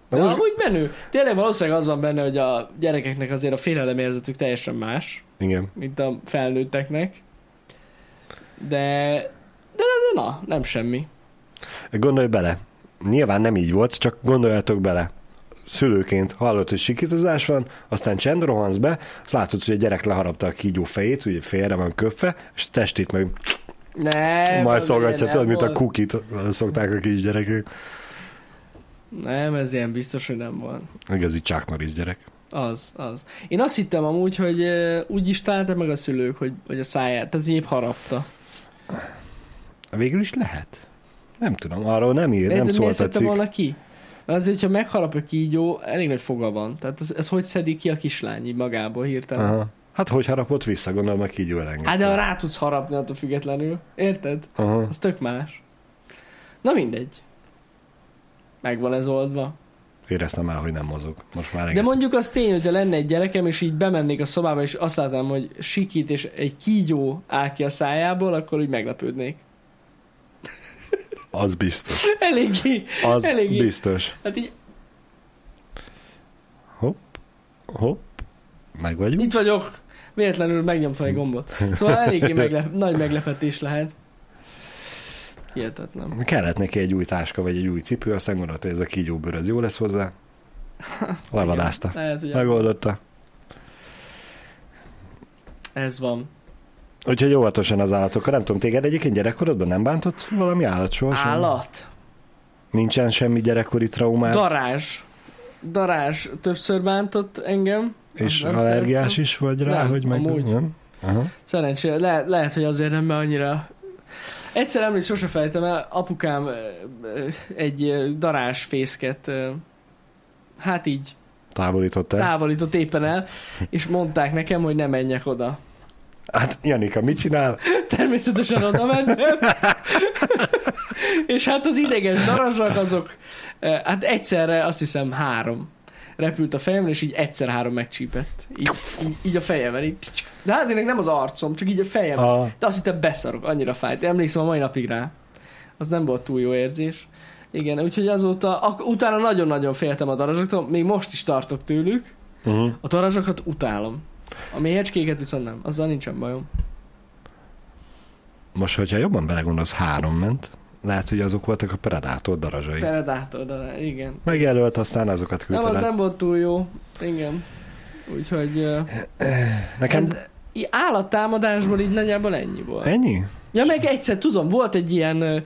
De Na most, amúgy menő. Tényleg valószínűleg az van benne, hogy a gyerekeknek azért a félelemérzetük teljesen más, igen. mint a felnőtteknek. De, de ez na, nem semmi. Gondolj bele. Nyilván nem így volt, csak gondoljatok bele. Szülőként hallott, hogy sikítozás van, aztán csend, rohansz be, azt látod, hogy a gyerek leharapta a kígyó fejét, ugye félre van köpve, és a testét meg Nem, majd az szolgatja, ilyen nem tudod, mint a volt. kukit szokták a kisgyerekek. Nem, ez ilyen biztos, hogy nem van. Igazi Chuck Norris gyerek. Az, az. Én azt hittem amúgy, hogy ö, úgy is találták meg a szülők, hogy, hogy a száját, tehát épp harapta. Végül is lehet. Nem tudom, arról nem ír, Miért- nem szólt miért a szedte cikk. volna ki? Azért, hogyha megharap a kígyó, elég nagy foga van. Tehát ez, ez hogy szedi ki a kislány így magából hirtelen? Aha. Aha. Hát hogy harapott vissza, gondolom a kígyó elengedte. Hát de ha rá tudsz harapni attól függetlenül, érted? Aha. Az tök más. Na mindegy. Meg van ez oldva. Éreztem el, hogy nem mozog. Most már De engedtem. mondjuk az tény, hogyha lenne egy gyerekem, és így bemennék a szobába, és azt látnám, hogy sikít, és egy kígyó áll ki a szájából, akkor úgy meglepődnék. Az biztos. Eléggé, Az Eléggé. biztos. hát így, Hopp, hopp, meg vagyunk. itt vagyok, véletlenül megnyomtam egy gombot. Szóval eléggé meglep, nagy meglepetés lehet. Hihetetlen. Kellett neki egy új táska, vagy egy új cipő, aztán gondolta, hogy ez a kígyóbőr az jó lesz hozzá. Levadászta. Lehet, hogy Megoldotta. ez van. Úgyhogy óvatosan az állatokkal. Nem tudom, téged egyébként gyerekkorodban nem bántott valami állat sohasem? Állat. Nincsen semmi gyerekkori traumád, Darázs. Darázs többször bántott engem. és Nem allergiás szeretem. is vagy rá, Nem, hogy meg... amúgy. Nem? Aha. Szerencsére, le, lehet, hogy azért nem, mert annyira... Egyszer emlék, sose felejtem el, apukám ö, ö, egy ö, darás fészket, ö, hát így Távolítottál. távolított éppen el, és mondták nekem, hogy ne menjek oda. Hát Janika mit csinál? Természetesen oda mentem. és hát az ideges darazsak azok, ö, hát egyszerre azt hiszem három repült a fejemre, és így egyszer három megcsípett. Így, így, így a fejemen. Így. De azért nem az arcom, csak így a fejem. A... De azt hittem beszarok, annyira fájt. Emlékszem a mai napig rá. Az nem volt túl jó érzés. Igen, úgyhogy azóta, ak- utána nagyon-nagyon féltem a darazsoktól, még most is tartok tőlük, Uh-huh. A torazsokat utálom. A méhecskéket viszont nem. Azzal nincsen bajom. Most, hogyha jobban belegondolsz, három ment. Lehet, hogy azok voltak a Predator darazsai. Peredátor, de igen. Megjelölt, aztán azokat Nem, küldte az le. nem volt túl jó. Igen. Úgyhogy uh, Nekem ez í- állattámadásból így nagyjából ennyi volt. ennyi? Ja, meg egyszer tudom, volt egy ilyen, ö,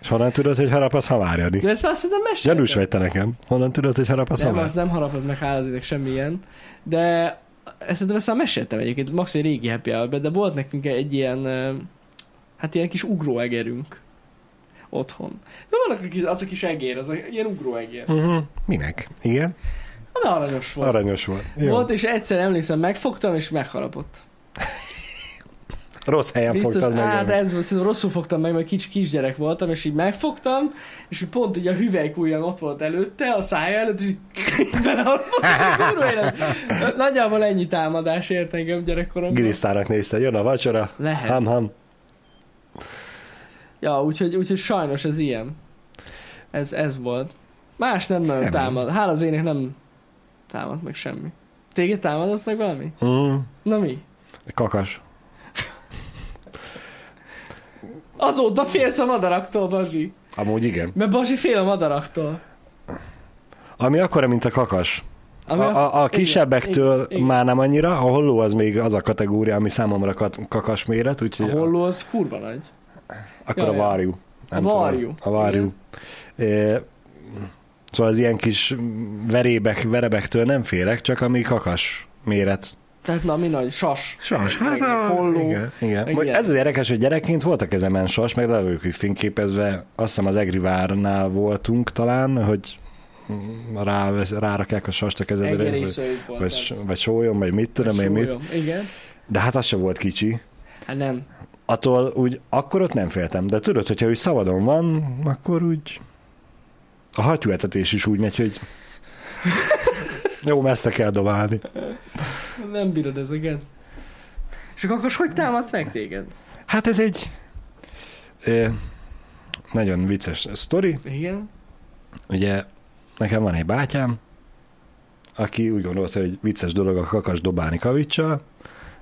És honnan tudod, hogy harapasza várjani? de ezt már szerintem meséltem. Gyanús vagy te nekem. Honnan tudod, hogy harapasza Nem, az várjani? nem harapod meg, hála az ideg, semmilyen. De ezt szerintem ezt már meséltem egyébként, max egy régi happy hour de volt nekünk egy ilyen, ö, hát ilyen kis ugróegerünk otthon. De vannak a kis, az a kis egér, az a ilyen ugróegér. Uh-huh. Minek? Igen? Na, aranyos volt. Aranyos volt. Jó. Volt, és egyszer emlékszem, megfogtam, és megharapott. Rossz helyen fogtad meg. hát Emmi. ez volt, szerintem rosszul fogtam meg, mert kicsi kisgyerek voltam, és így megfogtam, és így pont így a hüvelykújjam ott volt előtte, a szája előtt, és így beleharapott. Kurva élet. Nagyjából ennyi támadás ért engem gyerekkoromban. Gilisztának nézte, jön a vacsora. Lehet. Ham, ham. Ja, úgyhogy, úgyhogy sajnos ez ilyen. Ez, ez volt. Más nem nagyon Nem. támad. Hála az ének nem támad meg semmi. Téged támadott meg valami? Mm. Na mi? Kakas. Azóta félsz a madaraktól, Bazsi. Amúgy igen. Mert Bazsi fél a madaraktól. Ami akkora, mint a kakas. A, a, a igen, kisebbektől igen, igen. már nem annyira, a holló az még az a kategória, ami számomra kat, kakas méret, úgyhogy A holló az kurva nagy. akkor Ja, a ja. varjú. Nem A tudom. varjú. A varjú. É, Szóval az ilyen kis verébek, verebektől nem félek, csak ami kakas méret. Tehát na, mi nagy? Sas. Sas, hát Meg a- holló, Igen, igen. meg Mondjuk ilyen. Ez az érdekes, hogy gyerekként volt a kezemen sas, meg le vagyok így fényképezve, azt hiszem az Egrivárnál voltunk talán, hogy rá, rárakják a sast a kezedre. Egeri vagy- szőjük volt vagy, ez. vagy sólyom, vagy mit tudom én mit. Súlyom. Igen. De hát az se volt kicsi. Hát nem. Attól úgy, akkor ott nem féltem, de tudod, hogyha úgy szabadon van, akkor úgy a hattyúetetés is úgy megy, hogy jó, messze kell dobálni. Nem bírod ezeket. És akkor akkor hogy támadt meg téged? Hát ez egy ö, nagyon vicces sztori. Igen. Ugye nekem van egy bátyám, aki úgy gondolta, hogy vicces dolog a kakas dobálni kavicsal,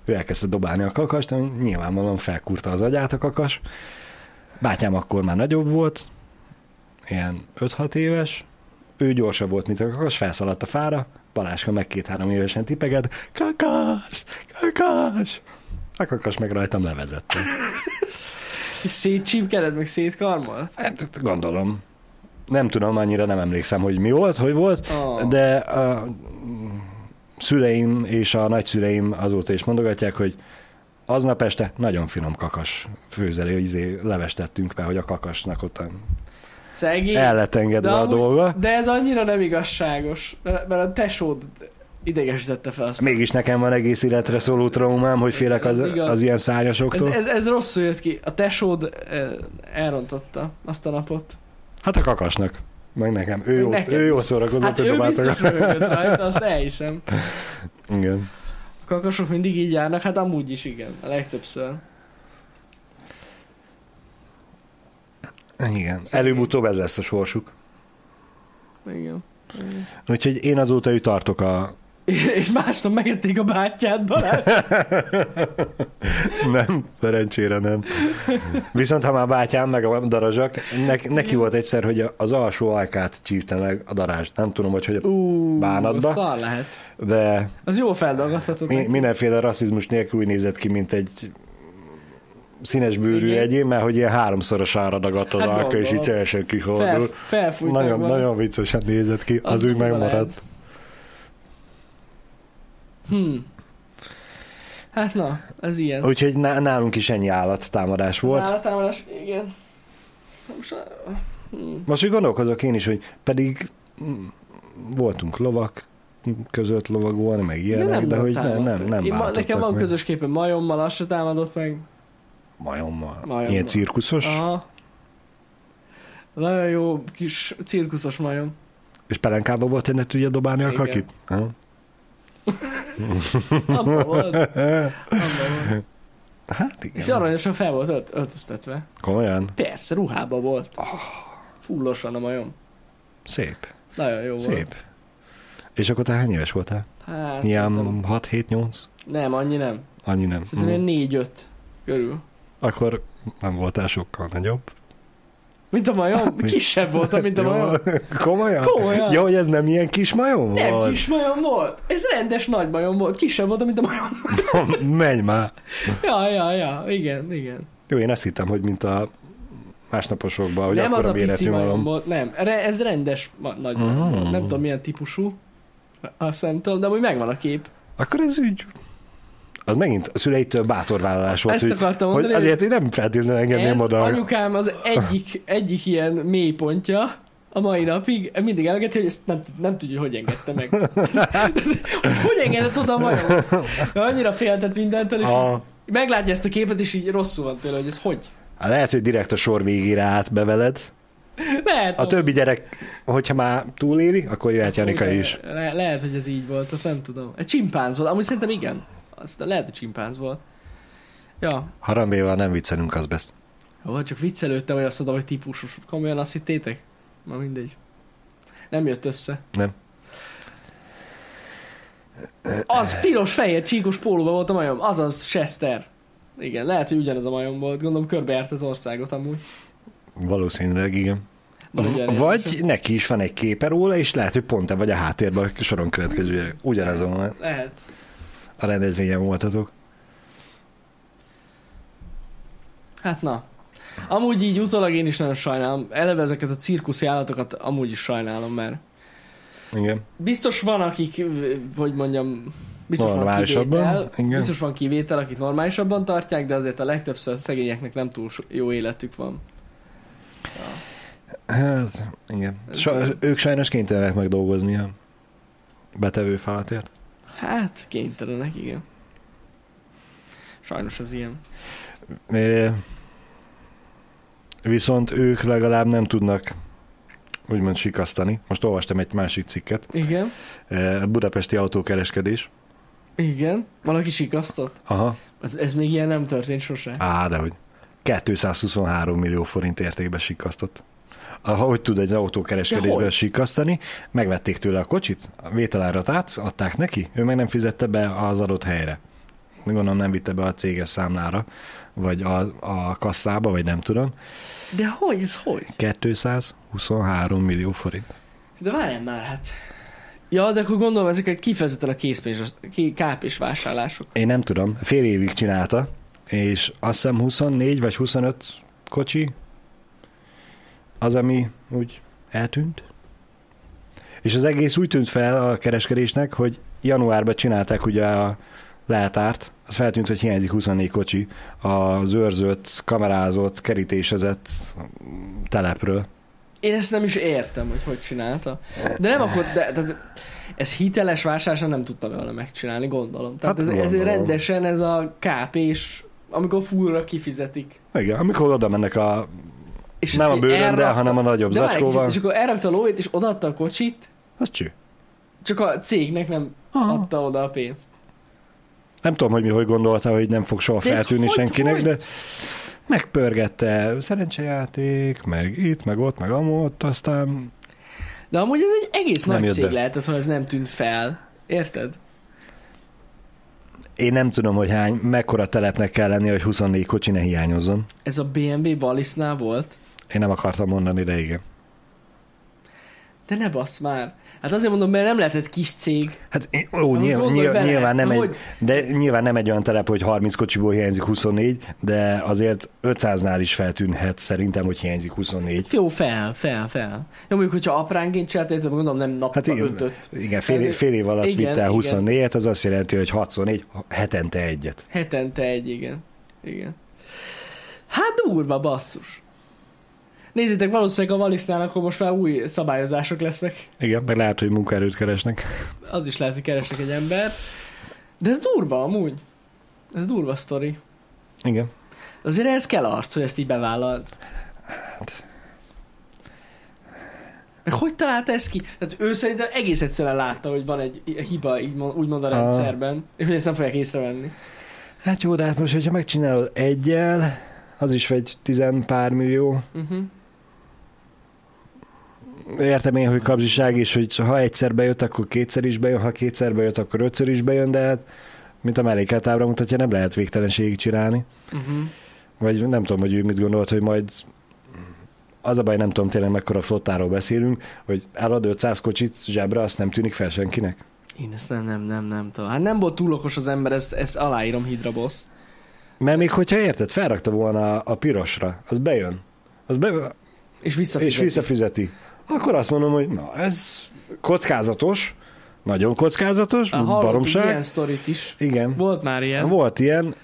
ő elkezdte dobálni a kakast, ami nyilvánvalóan felkurta az agyát a kakas. Bátyám akkor már nagyobb volt, ilyen 5-6 éves, ő gyorsabb volt, mint a kakas, felszaladt a fára, Baláska meg két-három évesen tipeged, kakas, kakas, a kakas meg rajtam levezette. És szétcsípkeded, meg szétkarmolt? Hát gondolom. Nem tudom, annyira nem emlékszem, hogy mi volt, hogy volt, Oh. de a szüleim és a nagyszüleim azóta is mondogatják, hogy aznap este nagyon finom kakas főzelé, izé levestettünk, mert hogy a kakasnak ott Szegény. el lett engedve De a amúgy- dolga. De ez annyira nem igazságos, mert mert a tesód idegesítette fel azt. Mégis nekem van egész életre szóló traumám, hogy félek az, Ez igaz. az ilyen Ez, szárnyasoktól. ez, ez rosszul jött ki. A tesód eh, elrontotta azt a napot. Hát a kakasnak, meg nekem. Ő, Meg jó, neked ő is. jól szórakozott, Hát hogy ő dobáltak. biztos röhögött rajta, azt elhiszem. Igen. A kakasok mindig így járnak, hát amúgy is igen, a legtöbbször. Igen. Előbb-utóbb ez lesz a sorsuk. Igen. Igen. Úgyhogy én azóta ő tartok a, És másnap megették a bátyját, Balázs. Nem, szerencsére nem. Viszont ha már bátyám, meg a darazsak, ne, neki volt egyszer, hogy az alsó ajkát csípte meg a darázs. Nem tudom, hogy hogy, Ú, Bánatba. szar lehet. de Az jó feldolgozható. mi, mindenféle rasszizmus nélkül úgy nézett ki, mint egy színes bőrű Igen. egyén, mert hogy ilyen háromszoros áradagadt az Hát alka, és így gondolom. teljesen Fel, kihordult. felfújtak Nagyon, volna. nagyon viccesen nézett ki, az, Az úgy durva megmaradt. lehet. Hm. Hát na, ez ilyen. Úgyhogy ná- nálunk is ennyi állattámadás Az volt. állattámadás, igen. Most, hm. Most úgy gondolkozok én is, hogy pedig mm, voltunk lovak között lovagolni, meg ilyenek, de, hogy nem, támadtak. nem, nem Én ma, bántottak Nekem van meg. közös képen majommal, azt se támadott meg. Majommal. Majommal. Ilyen cirkuszos, Aha. Nagyon jó kis cirkuszos majom. és pelenkában volt, hogy ne tudja dobálni a Igen. kakit. Aha. Abba volt. Abba volt. Hát igen. És aranyosan fel volt ölt, öltöztetve. Komolyan. Persze, ruhába Ah. volt. Fullosan a majom. Szép, Nagyon jó volt. szép. És akkor te hány éves voltál? Hát, szerintem- Ilyen 6-7-8? Nem, annyi nem. Annyi nem. Szerintem Mm. ilyen négy-öt körül. Akkor nem voltál sokkal nagyobb. Mint a majom? Kisebb voltam, mint a Jó. majom. Komolyan? Komolyan. Ja, hogy ez nem ilyen kis majom Nem volt? kis majom volt. Ez rendes nagy majom volt. Kisebb voltam, mint a majom. Menj már. Ja, ja, ja. Igen, igen. Jó, én azt hittem, hogy mint a másnaposokban, hogy nem akkor az a pici méretű majom malom. volt. Nem, Re- ez rendes ma- nagy majom Mm. volt. Nem tudom milyen típusú. Azt nem tudom, de úgy megvan a kép. Akkor ez úgy... Az megint a szüleitől bátorvállalás volt, Ezt hogy, akartam hogy mondani. hogy azért én nem feltétlenül engedném ez oda. anyukám az egyik, egyik ilyen mélypontja a mai napig, mindig elgeti, hogy ezt nem, tud- nem tudja, hogy engedte meg. hogy engedett oda a majomot? Annyira féltett mindentől, és A... így meglátja ezt a képet, és így rosszul van tőle, hogy ez hogy. Hát Lehet, hogy direkt a sor végére át beveled. Lehet, A hogy- többi gyerek, hogyha már túléli, akkor jöhet Janika Ugye, is. Le- lehet, hogy ez így volt, azt nem tudom. Egy csimpánz volt, amúgy szerintem igen. Azt lehet, hogy csimpánz volt. Ja, Harambéval nem viccelünk, az best. Jó, csak viccelődtem, hogy azt mondom, hogy típusos. Komolyan azt hittétek? Na mindegy. Nem jött össze. Nem. Az piros-fehér csíkos pólóba volt a majom, azaz Chester. Igen, lehet, hogy ugyanez a majom volt. Gondolom körbejárt az országot amúgy. Valószínűleg igen. Nagyon Vagy érdekes. neki is van egy képe róla, és lehet, hogy pont te vagy a háttérben a soron következő. Ugyanazon a- Lehet. a rendezvényen voltatok. Hát na. Amúgy így utólag én is nagyon sajnálom. Eleve ezeket a cirkuszi állatokat amúgy is sajnálom, mert Igen. Biztos van, akik, ö, hogy mondjam, biztos van Normálisabban, kivétel, igen. biztos van kivétel, akik normálisabban tartják, de azért a legtöbbször szegényeknek nem túl so- jó életük van. Hát, igen. Sa- ők sajnos kénytelenek megdolgozni a betevő falatért. Hát, kénytelenek, igen. Sajnos az ilyen. É, viszont ők legalább nem tudnak úgymond sikasztani. Most olvastam egy másik cikket. Igen, É, a budapesti autókereskedés. igen. Valaki sikasztott? Aha. Ez, ez még ilyen nem történt sose. Á, de hogy 223 millió forint értékben sikasztott. Ahogy tud egy De autókereskedésben hogy? sikasztani, megvették tőle a kocsit, a vételárat át, adták neki, ő meg nem fizette be az adott helyre. Gondolom nem vitte be a céges számlára, vagy a, a kasszába, vagy nem tudom. De hogy, ez hogy? 223 millió forint. De várjál már, hát. Ja, de akkor gondolom ezeket kifejezetten a készpénz, ki- kápés vásárlások. Én nem tudom, fél évig csinálta, és azt hiszem 24 vagy 25 kocsi az, ami úgy eltűnt. És az egész úgy tűnt fel a kereskedésnek, hogy januárban csinálták ugye a leltárt, az feltűnt, hogy hiányzik 24 kocsi az őrzött, kamerázott, kerítésezett telepről. Én ezt nem is értem, hogy hogy csinálta. De nem akkor, de, de ez hiteles vásárláson nem tudta volna megcsinálni, gondolom. Tehát Hát ez, ez gondolom. rendesen ez a kp és amikor fullra kifizetik. Igen, amikor oda mennek a, És nem ezt a így bőröndel, elrakta- hanem a nagyobb De várj egy kicsit, zacskóval, És akkor elrakta a lóvét, és odaadta a kocsit, az cső. csak a cégnek nem Aha. adta oda a pénzt. Nem tudom, hogy mi hogy gondolta, hogy nem fog soha De ez feltűnni hogy- senkinek, hogy? de megpörgette szerencsejáték, meg itt, meg ott, meg amott, aztán De amúgy ez egy egész Nem nagy jött cég be. lehetett, ha ez nem tűnt fel. Érted? én nem tudom, hogy hány, mekkora telepnek kell lenni, hogy 24 kocsi ne hiányozzon. Ez a BMW Valisznál volt. Én nem akartam mondani, de igen. De ne basz már. Hát azért mondom, mert nem lehetett kis cég. Hát én- ó, Hát nyilván, gondolj nyilván, bele, nyilván nem de egy, hogy- de nyilván nem egy olyan telep, hogy 30 kocsiból hiányzik 24, de azért 500-nál is feltűnhet szerintem, hogy hiányzik 24. Jó, fel, fel, fel. Jó, mondjuk, hogyha apránként csinált, érted, gondolom nem napra Hát hát igen. ötöt. Igen, fél, fél év alatt Igen, vitt el igen. 24-et, az azt jelenti, hogy 64 hetente egyet. Hetente egy, igen. Igen. Hát durva, basszus. Nézzétek, valószínűleg a Valisznál akkor most már új szabályozások lesznek. Igen, meg lehet, hogy munkaerőt keresnek. Az is lehet, hogy keresnek egy ember. De ez durva amúgy. Ez durva sztori. Igen. Azért ez kell arc, hogy ezt így bevállalt. Meg hogy találta ezt ki? Tehát ő szerintem egész egyszerűen látta, hogy van egy hiba, így mo- úgymond a Ah. rendszerben, és hogy ezt nem fogják észrevenni. Hát jó, de hát most, hogyha megcsinálod Mhm. egyel, az is vagy tizen pár millió, Uh-huh. értem én, hogy kapzsiság is, hogy ha egyszer bejött, akkor kétszer is bejön, ha kétszer bejött, akkor ötször is bejön, de hát, mint a mellékátábra mutatja, nem lehet végtelenségig csinálni. Uh-huh. Vagy nem tudom, hogy ő mit gondolt, hogy majd az a baj, nem tudom tényleg mekkora flottáról beszélünk, hogy elad 500 kocsit zsebre, azt nem tűnik fel senkinek. Én ezt nem, nem, nem, nem tudom. Hát nem volt túl okos az ember, ezt, ezt aláírom Hydra boss. Mert még hogyha érted, felrakta volna a, a pirosra, az bejön. Az be, És visszafizet. és visszafizeti. Akkor azt mondom, hogy na ez kockázatos, nagyon kockázatos, baromság. ilyen sztorit is. Igen. Volt már ilyen. Volt ilyen,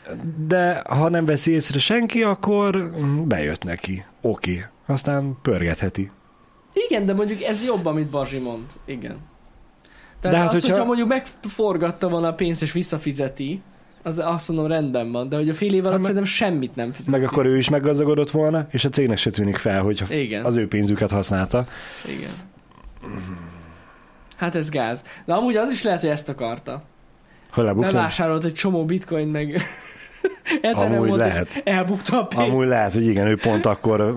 de ha nem veszi észre senki, akkor bejött neki. Oké. Aztán pörgetheti. Igen, de mondjuk ez jobb, amit Barzsi mond. Igen. Tehát De de hát, az, hogyha... hogyha- hogyha mondjuk megforgatta volna a pénzt és visszafizeti, az azt mondom rendben van, de hogy a fél év alatt Hát meg- szerintem semmit nem fizet. Meg akkor vissza. ő is meggazdagodott volna, és a cégnek se tűnik fel, hogy Igen. az ő pénzüket használta. Igen. Hát ez gáz. De amúgy az is lehet, hogy ezt akarta. Hogy lebukta? Bevásárolt egy csomó bitcoin, meg Ethereum Amúgy hát volt, és lehet. elbukta a pénzt. Amúgy lehet, hogy igen, ő pont akkor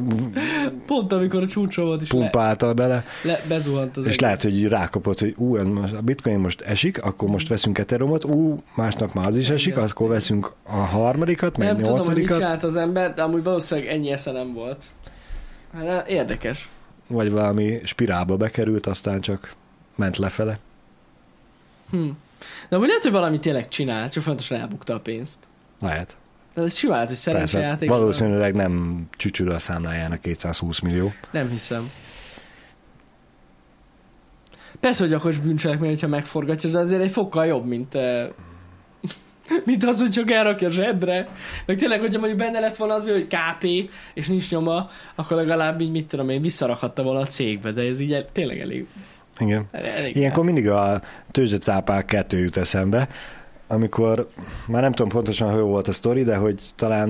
Pont amikor a csúcson volt, és le, pumpálta bele, le, bezuhant az és egész. lehet, hogy így rákapott, hogy ú, ez most- a bitcoin most esik, akkor most veszünk eteromot, ú, másnap már az is esik, Mhm. Igen. akkor veszünk a harmadikat, meg Nem tudom, hogy mit nyolcadikat, csinált az ember, de amúgy valószínűleg ennyi esze nem volt. Hát érdekes. vagy valami spirálba bekerült, aztán csak ment lefele. Hm. De amúgy lehet, hogy valami tényleg csinált, csak fontosan elbukta a pénzt. Lehet. De ez simán lehet, hogy Persze, szerencsejáték. valószínűleg nem csücsül a számlájának 220 millió. Nem hiszem. Persze, hogy akkor is bűncselekmény, hogyha megforgatja, de azért egy fokkal jobb, mint, eh, mint az, hogy csak elrakja zsebre. Meg tényleg, hogyha mondjuk benne lett volna az, hogy KP, és nincs nyoma, akkor legalább így, mit tudom én, visszarakhatta volna a cégbe, de ez így el, tényleg elég. Igen. elég Ilyenkor mindig a tőzsdecápák kettő jut eszembe, amikor, már nem tudom pontosan, hogy volt a sztori, de hogy talán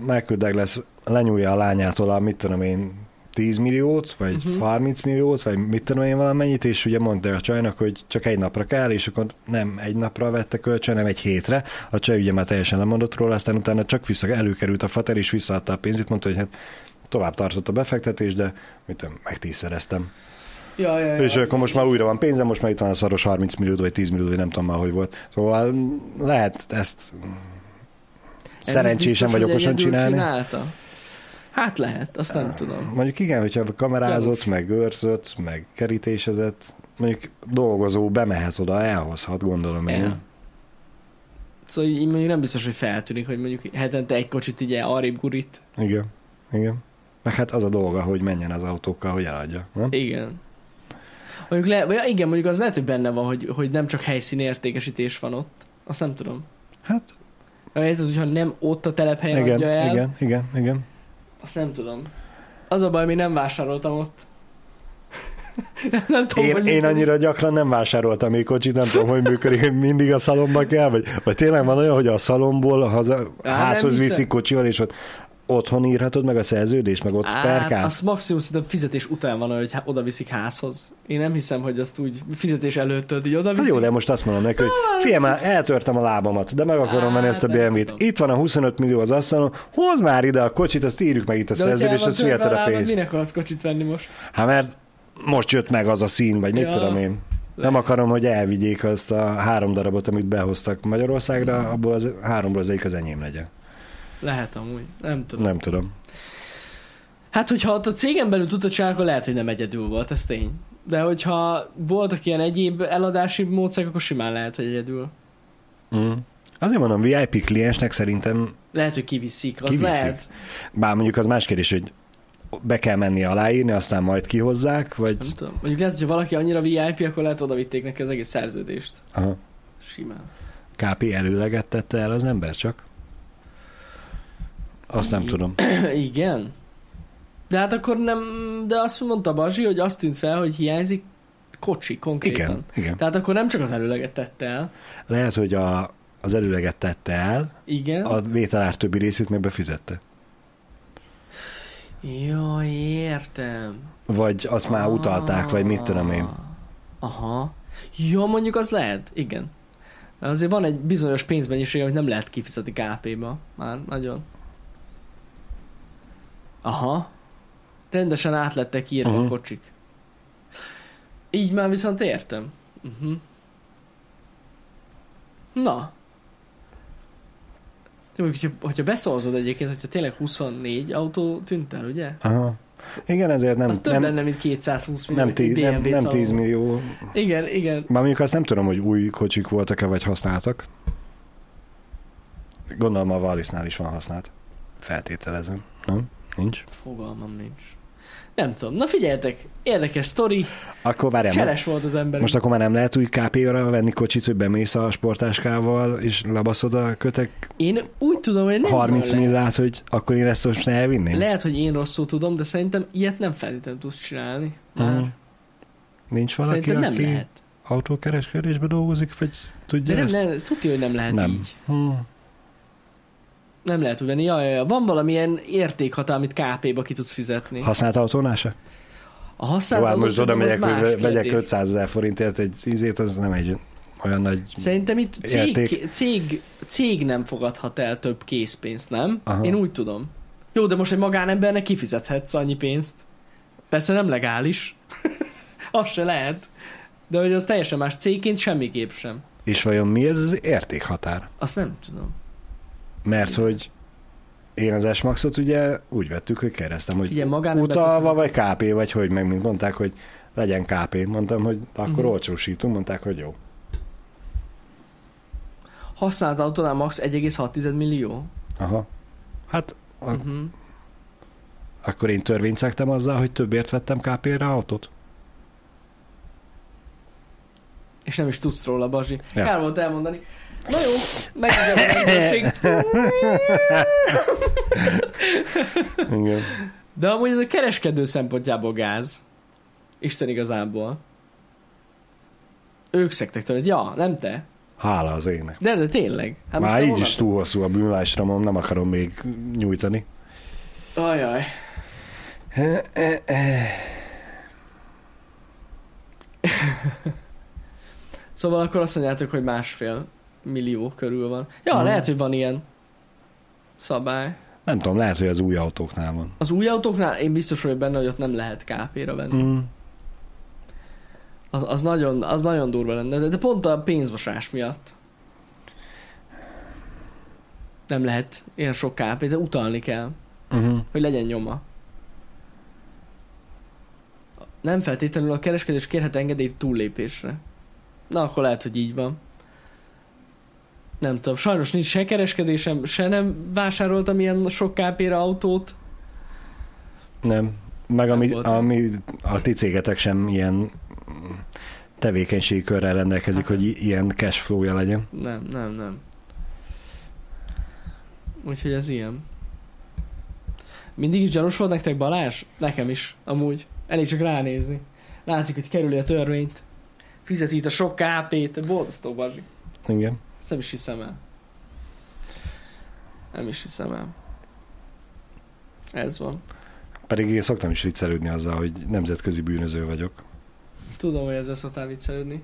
Michael Douglas lenyúlja a lányától a, mit tudom én, 10 milliót, vagy Mhm. uh-huh. 30 milliót, vagy mit tudom én valamennyit, és ugye mondta a csajnak, hogy csak egy napra kell, és akkor nem egy napra vette kölcsön, hanem egy hétre. A csaj ugye már teljesen lemondott róla, aztán utána csak vissza előkerült a fater, és visszaadta a pénzét, mondta, hogy hát tovább tartott a befektetés, de mit tudom, meg tízszereztem. Ja, ja, ja. És akkor most már újra van pénzem, most már itt van a szaros 30 millió, vagy 10 millió, vagy nem tudom már, hogy volt. Szóval mm, lehet ezt mm, Ez szerencsésen biztos, vagy hogy okosan egyedül csinálni. Csinálta. Hát lehet, azt nem tudom. Mondjuk igen, hogyha kamerázott, Gyanús. meg őrzött, meg kerítésezett, mondjuk dolgozó bemehet oda, elhozhat, gondolom én. Ja. Szóval így mondjuk nem biztos, hogy feltűnik, hogy mondjuk hetente egy kocsit így el- arrébb gurít. Igen, igen. Meg hát az a dolga, hogy menjen az autókkal, hogy eladja. Nem? Igen. Mondjuk le, vagy igen, mondjuk az lehet, hogy benne van, hogy, hogy nem csak helyszíni értékesítés van ott. Azt nem tudom. Hát, Mert Érted, hogyha nem ott a telephelyen igen, adja el, igen, igen, igen. azt nem tudom. Az a baj, mi nem vásároltam ott. nem, nem tudom, Én, hogy én működik. annyira gyakran nem vásároltam még kocsit, nem tudom, hogy működik, hogy mindig a szalomba kell, vagy, vagy tényleg van olyan, hogy a szalomból haza, nem házhoz hiszem. viszik kocsival, és ott otthon írhatod meg a szerződést, meg ott Á, perkálsz. az maximum szerintem fizetés után van, hogy há- oda viszik házhoz. Én nem hiszem, hogy azt úgy fizetés előtt, így oda Hát viszik. jó, de most azt mondom neki, hogy figyelj már, eltörtem a lábamat, de meg akarom Á, venni ezt a de nem BMW-t. tudom. Itt van a 25 millió az asztalon, hozd már ide a kocsit, azt írjuk meg itt a hogyha el szerződést, van azt törve fiheted a lábad, pénzt. Minek akarsz kocsit venni most? Hát mert most jött meg az a szín, vagy mit Ja. tudom én. Nem akarom, hogy elvigyék azt a három darabot, amit behoztak Magyarországra, abból az háromból az egyik az enyém legyen. Lehet amúgy, nem tudom. Nem tudom. Hát, hogyha ott a cégen belül tudta csinálni, akkor lehet, hogy nem egyedül volt, ez tény. De hogyha voltak ilyen egyéb eladási módszerek, akkor simán lehet, hogy egyedül. Mm. Azért mondom, VIP kliensnek szerintem, Lehet, hogy kiviszik, az Kiviszik. kiviszik. lehet. bár mondjuk az más kérdés, hogy be kell menni aláírni, aztán majd kihozzák, Nem vagy... tudom. Mondjuk lehet, hogyha valaki annyira VIP, akkor lehet oda vitték neki az egész szerződést. Aha. Simán. KP előleget tette el az ember csak? Azt nem I- tudom. Igen. De hát akkor nem, de azt mondta Bazsi, hogy azt tűnt fel, hogy hiányzik kocsi konkrétan. Igen, igen. Tehát akkor nem csak az előleget tette el. Lehet, hogy a, az előleget tette el, Igen. a vételár többi részét meg befizette. Jó, értem. Vagy azt már utalták, vagy mit tudom én. Aha. Ja, mondjuk az lehet, igen. Azért van egy bizonyos pénzmennyiség, amit nem lehet kifizetni KP-ba. Már nagyon. Aha. Rendesen átlettek írva Aha. a kocsik. Így már viszont értem. Uh-huh. Na. De hogyha, hogyha beszolzod egyébként, hogyha tényleg 24 autó tűnt el, ugye? Aha. Igen, ezért nem, Az több nem, lenne, mint szóval- 220 millió. nem, egy tí, nem, BMW nem szalon. 10 millió. Igen, igen. Bár mondjuk azt nem tudom, hogy új kocsik voltak-e, vagy használtak. Gondolom a Wallisnál is van használt. Feltételezem. Nem? Nincs? Fogalmam nincs. Nem tudom. Na figyeljetek, érdekes sztori, Akkor várjál, ma- cseles volt az ember. most akkor már nem lehet úgy KP-ra venni kocsit, hogy bemész a sportáskával, és lebaszod a kötek Én úgy tudom, hogy nem 30 jól lehet. millát, hogy akkor én ezt most elvinném? Lehet, hogy én rosszul tudom, de szerintem ilyet nem feltétlenül tudsz csinálni. Már. Mhm. Nincs valaki, Szerintem nem aki lehet. autókereskedésben dolgozik, vagy De tudja nem, ezt? nem, tudja, hogy nem lehet Nem. nem. így. Hmm. Nem lehet úgy venni. Ja, ja, ja. Van valamilyen értékhatár, amit KP-ba ki tudsz fizetni. Ha, Használt autónál se? a Jó, hát használat most oda megyek, más hogy vegyek kérdés. 500 ezer forintért egy ízét, az nem egy olyan nagy... Szerintem itt cég, Érték. cég, cég nem fogadhat el több készpénzt, nem? Aha. Aha. Én úgy tudom. Jó, de most egy magánembernek kifizethetsz annyi pénzt. Persze nem legális. az se lehet. De hogy az teljesen más. Cégként semmiképp sem. És vajon mi ez az értékhatár? Azt nem tudom. Mert hogy én az S-Maxot ugye úgy vettük, hogy keresztem, hogy Figyelj, magánember utalva, teszem. vagy KP, vagy hogy meg, mint mondták, hogy legyen KP. Mondtam, hogy akkor Mhm. olcsósítunk, mondták, hogy jó. Használt autónál max 1,6 millió. Aha. Hát Ak- Uh-huh. akkor én törvényt szektem azzal, hogy többért vettem KP-re autót. És nem is tudsz róla, Bazsi. Ja. Ja. Kár volt elmondani. Na jó, megint a rendőrség. Igen. De amúgy ez a kereskedő szempontjából gáz. Isten igazából. Ők szektek tőled. Ja, nem te. Hála az ének. De, de tényleg. Hát most Már te így honnan is tudod? túl hosszú a bűnlásramom, nem akarom még nyújtani. Ajaj. szóval akkor azt mondjátok, hogy másfél millió körül van. Ja, Hmm. lehet, hogy van ilyen szabály. Nem tudom, lehet, hogy az új autóknál van. Az új autóknál én biztos vagyok benne, hogy ott nem lehet KP-ra venni. Mm. Az, az, nagyon, az nagyon durva lenne, de, de pont a pénzmosás miatt. Nem lehet ilyen sok KP, de utalni kell, Uh-huh. hogy legyen nyoma. Nem feltétlenül a kereskedés kérhet engedélyt túllépésre. Na, akkor lehet, hogy így van. Nem tudom, sajnos nincs se kereskedésem, se nem vásároltam ilyen sok KP-re autót. Nem. Meg Nem ami, volt. ami a ti cégetek sem ilyen mm, tevékenységi körrel rendelkezik, hogy i- ilyen cash flow-ja legyen. Nem, nem, nem. Úgyhogy ez ilyen. Mindig is gyanús volt nektek Balázs? Nekem is, amúgy. Elég csak ránézni. Látszik, hogy kerüli a törvényt. Fizeti itt a sok KP-t. Borzasztó, Bazsi. Igen. Ezt nem is hiszem el. Nem is hiszem el. Ez van. Pedig én szoktam is viccelődni azzal, hogy nemzetközi bűnöző vagyok. Tudom, hogy ezzel szoktál viccelődni.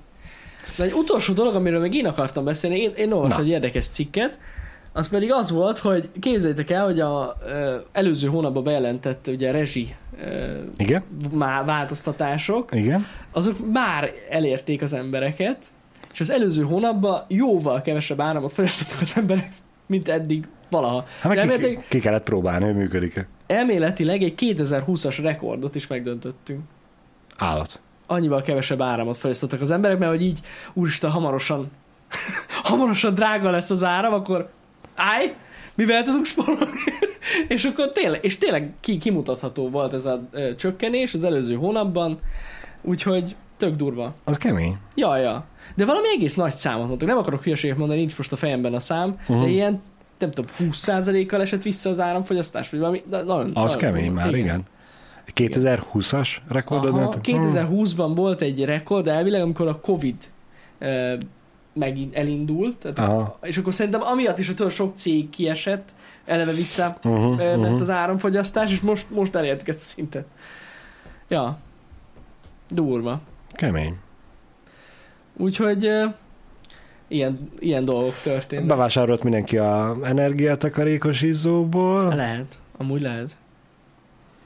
De egy utolsó dolog, amiről még én akartam beszélni, én, én olvastam Na. egy érdekes cikket, az pedig az volt, hogy képzeljétek el, hogy a ö, előző hónapban bejelentett ugye rezsi ö, Igen? má- változtatások, Igen? azok már elérték az embereket, és az előző hónapban jóval kevesebb áramot fogyasztottak az emberek, mint eddig valaha. Hát De meg ki, elméletileg- ki kellett próbálni, hogy működik-e. Elméletileg egy 2020-as rekordot is megdöntöttünk. Állat. annyival kevesebb áramot fogyasztottak az emberek, mert hogy így, úristen, hamarosan, hamarosan drága lesz az áram, akkor állj, mivel tudunk spórolni? és akkor tényleg, és tényleg ki, kimutatható volt ez a ö, csökkenés az előző hónapban, úgyhogy tök durva. Az kemény. Ja, ja. De valami egész nagy számot mondtak. Nem akarok hülyeséget mondani, nincs most a fejemben a szám, uh-huh. de Mhm. ilyen, nem tudom, 20%-kal esett vissza az áramfogyasztás, vagy valami. Na, nagyon, Az nagyon kemény durva. már, igen. 2020-as rekordod? Aha, döntött? 2020-ban volt egy rekord, elvileg, amikor a Covid ö, megint elindult, tehát, Aha. és akkor szerintem amiatt is, hogy tudod, sok cég kiesett, eleve vissza Uh-huh, ö, ment uh-huh. az áramfogyasztás, és most, most elértük ezt a szintet. Ja, durva. Kemény. Úgyhogy ö, ilyen, ilyen dolgok történnek. Bevásárolt mindenki a energiatakarékos izzóból. Lehet, amúgy lehet.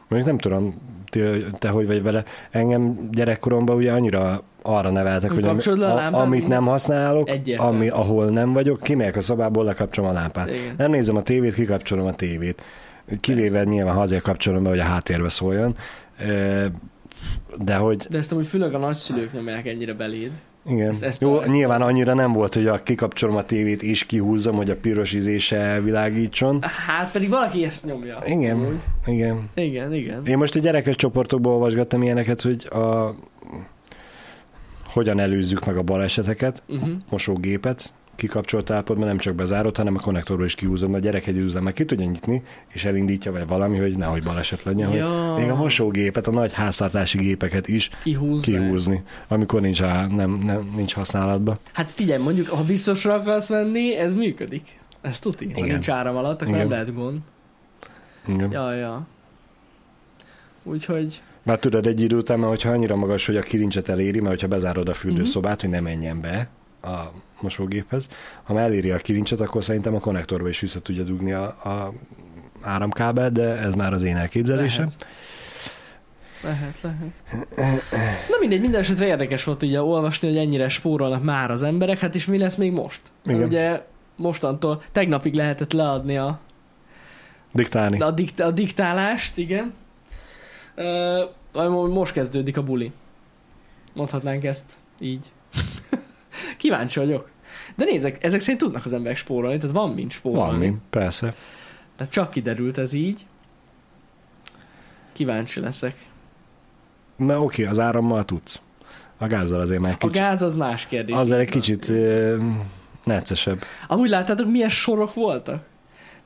Mondjuk nem tudom, te, te hogy vagy vele. Engem gyerekkoromban ugye annyira arra neveltek, hogy ami, Kapcsolod le a a, lámpát, amit minden? nem használok, Egyértelmű. ami, ahol nem vagyok, kimegyek a szobából, lekapcsolom a lámpát. Igen. Nem nézem a tévét, kikapcsolom a tévét. Kivéve nyilván ha azért kapcsolom be, hogy a háttérbe szóljon. Ö, De hogy De ezt amúgy főleg a nagyszülők nem élnek ennyire beléd. igen. Ezt- ezt- Jó, ezt- nyilván annyira nem volt, hogy a kikapcsolom a tévét és kihúzom, hogy a piros izése világítson. Hát pedig valaki ezt nyomja. Amúgy. Igen, igen. Igen, igen. Én most a gyerekes csoportokból olvasgattam ilyeneket, hogy a... hogyan előzzük meg a baleseteket, Uh-huh. mosógépet, kikapcsolt állapotban nem csak bezárod, hanem a konnektorból is kihúzom, mert a gyerek egy üzemmel ki tudja nyitni, és elindítja vagy valami, hogy nehogy baleset legyen, ja. Ja, hogy még a mosógépet, a nagy háztartási gépeket is kihúzza. kihúzni, amikor nincs, á, nem, nem, nincs használatban. Hát figyelj, mondjuk, ha biztosra akarsz menni, ez működik. Ez tuti. Ha Igen. nincs áram alatt, akkor Igen. nem Igen. lehet gond. Igen. Ja. Ja, ja. Úgyhogy... Már tudod, egy idő után, mert hogyha annyira magas, hogy a kilincset eléri, mert hogyha bezárod a fürdőszobát, Mhm. hogy ne menjen be a mosógéphez, ha már eléri a kilincset, akkor szerintem a konnektorba is vissza tudja dugni a, a áramkábel, de ez már az én elképzelésem. Lehet. Lehet, lehet. Na mindegy, minden esetre érdekes volt ugye olvasni, hogy ennyire spórolnak már az emberek, hát és mi lesz még most? Mert Igen. Ugye mostantól, tegnapig lehetett leadni a, Diktálni. a, dikt, a diktálást, igen. Ö, vagy mo- most kezdődik a buli. Mondhatnánk ezt így. Kíváncsi vagyok. De nézek, ezek szerint tudnak az emberek spórolni, tehát van mint spórolni. Van mi, persze. Tehát csak kiderült ez így. Kíváncsi leszek. Na oké, az árammal tudsz. A gázzal azért már A kicsit. gáz az más kérdés. Azzal egy kicsit ö, neccesebb. Amúgy láttátok, milyen sorok voltak?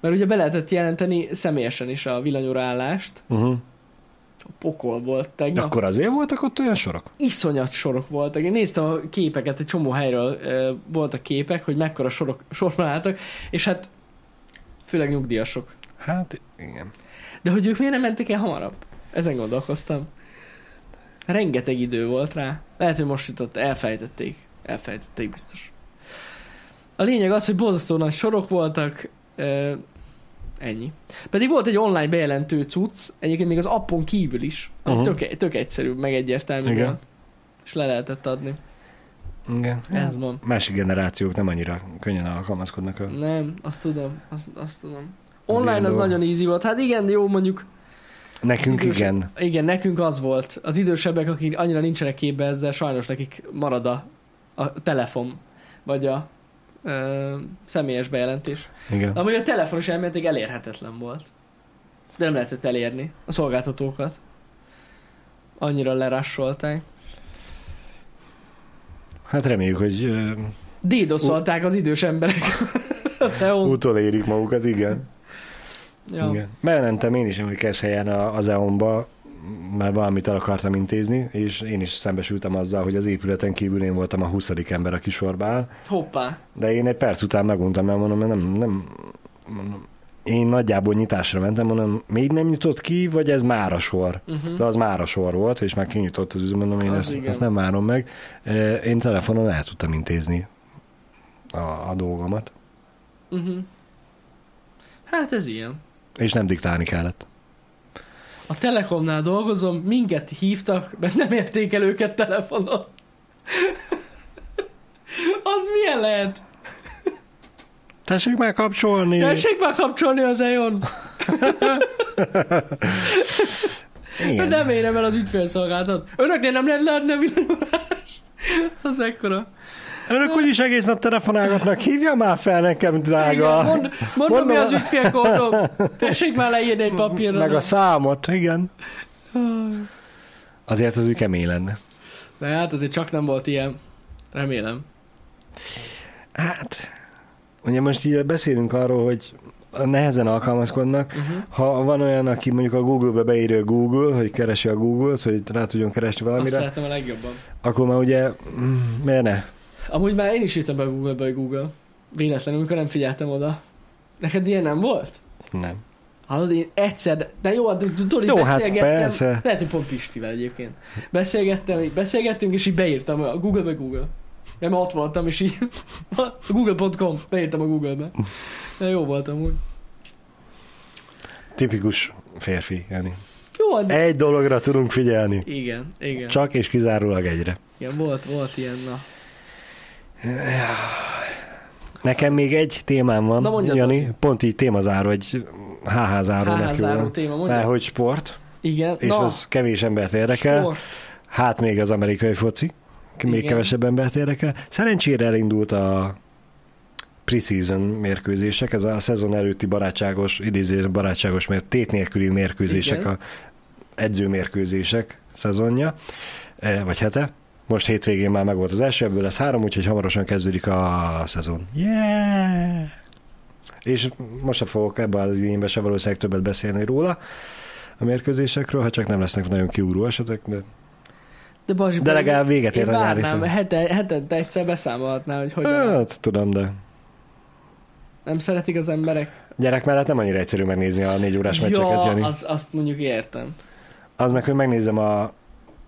Mert ugye be lehetett jelenteni személyesen is a villanyóraállást. Uh-huh. A pokol volt tegnap. Akkor azért voltak ott olyan sorok? Iszonyat sorok voltak. Én néztem a képeket, egy csomó helyről ö, voltak képek, hogy mekkora sorok sorban álltak, és hát főleg nyugdíjasok. Hát igen. De hogy ők miért nem mentek el hamarabb? Ezen gondolkoztam. Rengeteg idő volt rá. Lehet, hogy most jutott, elfejtették. Elfejtették biztos. A lényeg az, hogy borzasztó nagy sorok voltak, ö, ennyi. Pedig volt egy online bejelentő cucc, egyébként még az appon kívül is, uh-huh. Aha. tök, tök egyszerű, meg egyértelmű Igen. volt. És le lehetett adni. igen. Ez van. másik generációk nem annyira könnyen alkalmazkodnak. A... Nem, azt tudom, azt, azt tudom. Az ilyen Online az, az dolog. nagyon easy volt. Hát igen, de jó, mondjuk Nekünk Idősek- igen. Igen, nekünk az volt. Az idősebbek, akik annyira nincsenek képbe ezzel, sajnos nekik marad a, a telefon, vagy a ö, személyes bejelentés. igen. Amúgy a telefon is elméletileg elérhetetlen volt. De nem lehetett elérni a szolgáltatókat. Annyira lerassolták. Hát reméljük, hogy ö, Dédoszolták az idős emberek. a Teon. utolérik magukat, igen. Ja. igen. Bejelentem én is, hogy Keszhelyen a- az EON-ba, mert valamit el akartam intézni, és én is szembesültem azzal, hogy az épületen kívül én voltam a 20. ember, aki sorba áll, Hoppá. de én egy perc után meguntam, mert mondom, mert nem, nem, mondom, én nagyjából nyitásra mentem, mondom, még nem nyitott ki, vagy ez már a sor? Uh-huh. De az már a sor volt, és már kinyitott az üzem, mondom, én Az ezt, igen. ezt nem várom meg. E, Én telefonon el tudtam intézni a, a dolgomat, Uh-huh. Hát ez ilyen. és nem diktálni kellett. A Telekomnál dolgozom, minket hívtak, mert nem érték el őket telefonon. az milyen lehet? Tessék már kapcsolni! Tessék már kapcsolni az E EON. Igen. Nem érem el az ügyfélszolgáltat. Önöknél nem lehet leadni a villanyolást. az ekkora. Önök úgyis egész nap telefonálgatnak, hívja már fel nekem, Igen, drága! mond, mondom, mi Mondom, az ügyfélkódom. Tessék már leírni egy papírra. Meg a számot, igen. Azért az ő kemény lenne. De hát azért csak nem volt ilyen. Remélem. Hát, ugye most így beszélünk arról, hogy nehezen alkalmazkodnak, Uh-huh. Ha van olyan, aki mondjuk a Google-be beírja a Google, hogy keresi a Google-t, hogy rá tudjon keresni Azt valamire, szeretem a legjobban. akkor már ugye, mm, miért ne? Amúgy már én is írtam be a Google-be, hogy Google. Véletlenül, amikor nem figyeltem oda. Neked ilyen nem volt? Nem. Hallod, én egyszer, de jó, de tudod, így Jó, hát beszélgettem. persze. Lehet, hogy pont Pistivel egyébként. Beszélgettem, így beszélgettünk, és így beírtam a Google-be Google. Nem, ott voltam, és így google.com, beírtam a Google-be. De jó voltam úgy. Tipikus férfi, Jani. Jó, de... Egy dologra tudunk figyelni. Igen, igen. Csak és kizárólag egyre. igen volt, volt ilyen, na. Nekem még egy témám van, Na, mondjad, Jani, Laci. pont így témazáró, egy HH záró Házáró nekünk. téma, mondja? Mert hogy sport, Igen, és na, az kevés embert érdekel. sport. Hát még az amerikai foci, még Igen. kevesebb embert érdekel. Szerencsére elindult a preseason mérkőzések, ez a szezon előtti barátságos, idézőjelben barátságos, mert tét nélküli mérkőzések, Igen. Igen. a edzőmérkőzések szezonja, eh, vagy hete. Most hétvégén már megvolt az első, ebből lesz három, úgyhogy hamarosan kezdődik a szezon. Yeah! És most sem fogok ebbe az idénybe se valószínűleg többet beszélni róla a mérkőzésekről, ha csak nem lesznek nagyon kiúró esetek, de De, Basi, de pedig legalább véget Én ér a nyári várnám, szezon. hete, hetente egyszer beszámolhatnál, hogy hogyan. Hát, tudom, de Nem szeretik az emberek. gyerek mellett nem annyira egyszerű megnézni a négy órás meccseket, Jani. ja, Az... az, azt mondjuk értem. meg, hogy megnézem a,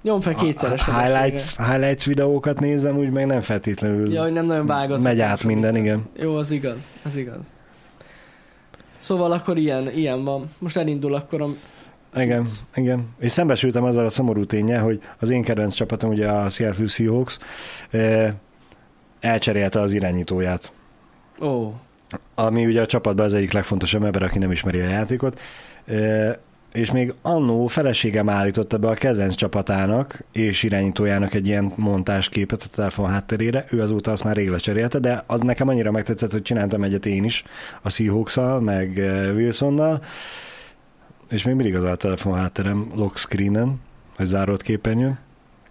Nyom fel a kétszeres sebességre. highlights, highlights videókat nézem, úgy meg nem feltétlenül Ja, ja, hogy nem nagyon vágod. megy át minden, igen. Jó, az igaz, az igaz. Szóval akkor ilyen, ilyen van. Most elindul akkor a... Igen, igen. És szembesültem azzal a szomorú ténye, hogy az én kedvenc csapatom, ugye a Seattle Seahawks, eh, elcserélte az irányítóját. Ó, ami ugye a csapatban az egyik legfontosabb ember, aki nem ismeri a játékot. E, És még annó feleségem állította be a kedvenc csapatának és irányítójának egy ilyen montásképet a telefon hátterére. Ő azóta azt már rég lecserélte, de az nekem annyira megtetszett, hogy csináltam egyet én is a seahawks meg eh, Wilsonnal, és még mindig az a telefon hátterem lock screenen, vagy zárót képernyőn.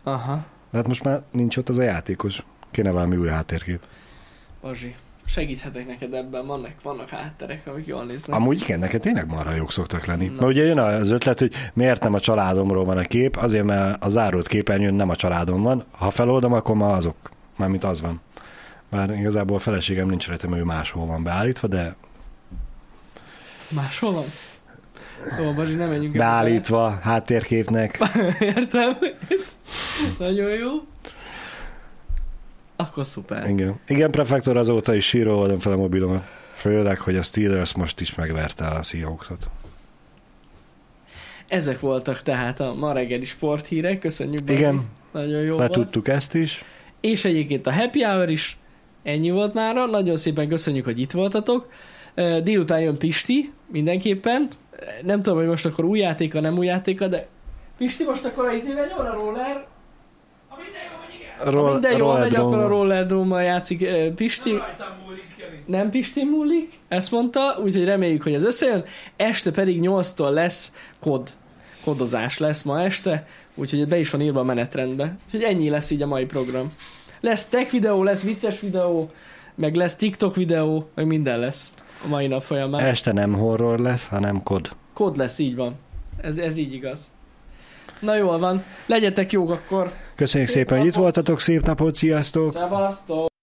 aha, De hát most már nincs ott az a játékos. Kéne valami új háttérkép. Bazsi. Segíthetek neked ebben, vannak, vannak hátterek, amik jól néznek. Amúgy igen, neked tényleg marha jók szoktak lenni. Hm. Na. Na. ugye jön az ötlet, hogy miért nem a családomról van a kép, azért mert a zárót képernyőn nem a családom van. Ha feloldom, akkor ma azok. Mármint az van. Bár igazából a feleségem nincs rajta, mert ő máshol van beállítva, de Máshol van? Ó, Bazsi, nem menjünk ebbe beállítva háttérképnek. bele. Értem. Nagyon jó. Akkor szuper. Igen. Igen, prefektor azóta is síró oldom fel a mobilomat. Főleg, hogy a Steelers most is megverte a Seahawksot. Ezek voltak tehát a ma reggeli sporthírek. Köszönjük, Bazsi. Igen, Nagyon jó volt. letudtuk ezt is. és egyébként a happy hour is. Ennyi volt mára, nagyon szépen köszönjük, hogy itt voltatok. Ö, Délután jön Pisti, mindenképpen. Ö, Nem tudom, hogy most akkor új játéka, nem új játéka, de Pisti most akkor a izével jól a roller. Ha minden jól megy, igen. Ha Roll, minden jól megy, akkor a roll. roller drummal játszik ö, Pisti. Nem rajtam múlik, Jani. nem Pisti múlik, ezt mondta, úgyhogy reméljük, hogy ez összejön. Este pedig 8-tól lesz kod. Kodozás lesz ma este, úgyhogy be is van írva a menetrendbe. Úgyhogy ennyi lesz így a mai program. Lesz tech videó, lesz vicces videó, meg lesz TikTok videó, meg minden lesz a mai nap folyamán. Este nem horror lesz, hanem kod. Kod lesz, így van. Ez, ez így igaz. Na jól van, legyetek jók akkor. Köszönjük Szép szépen, hogy itt napot. voltatok, szép napot, sziasztok! Szevasztok!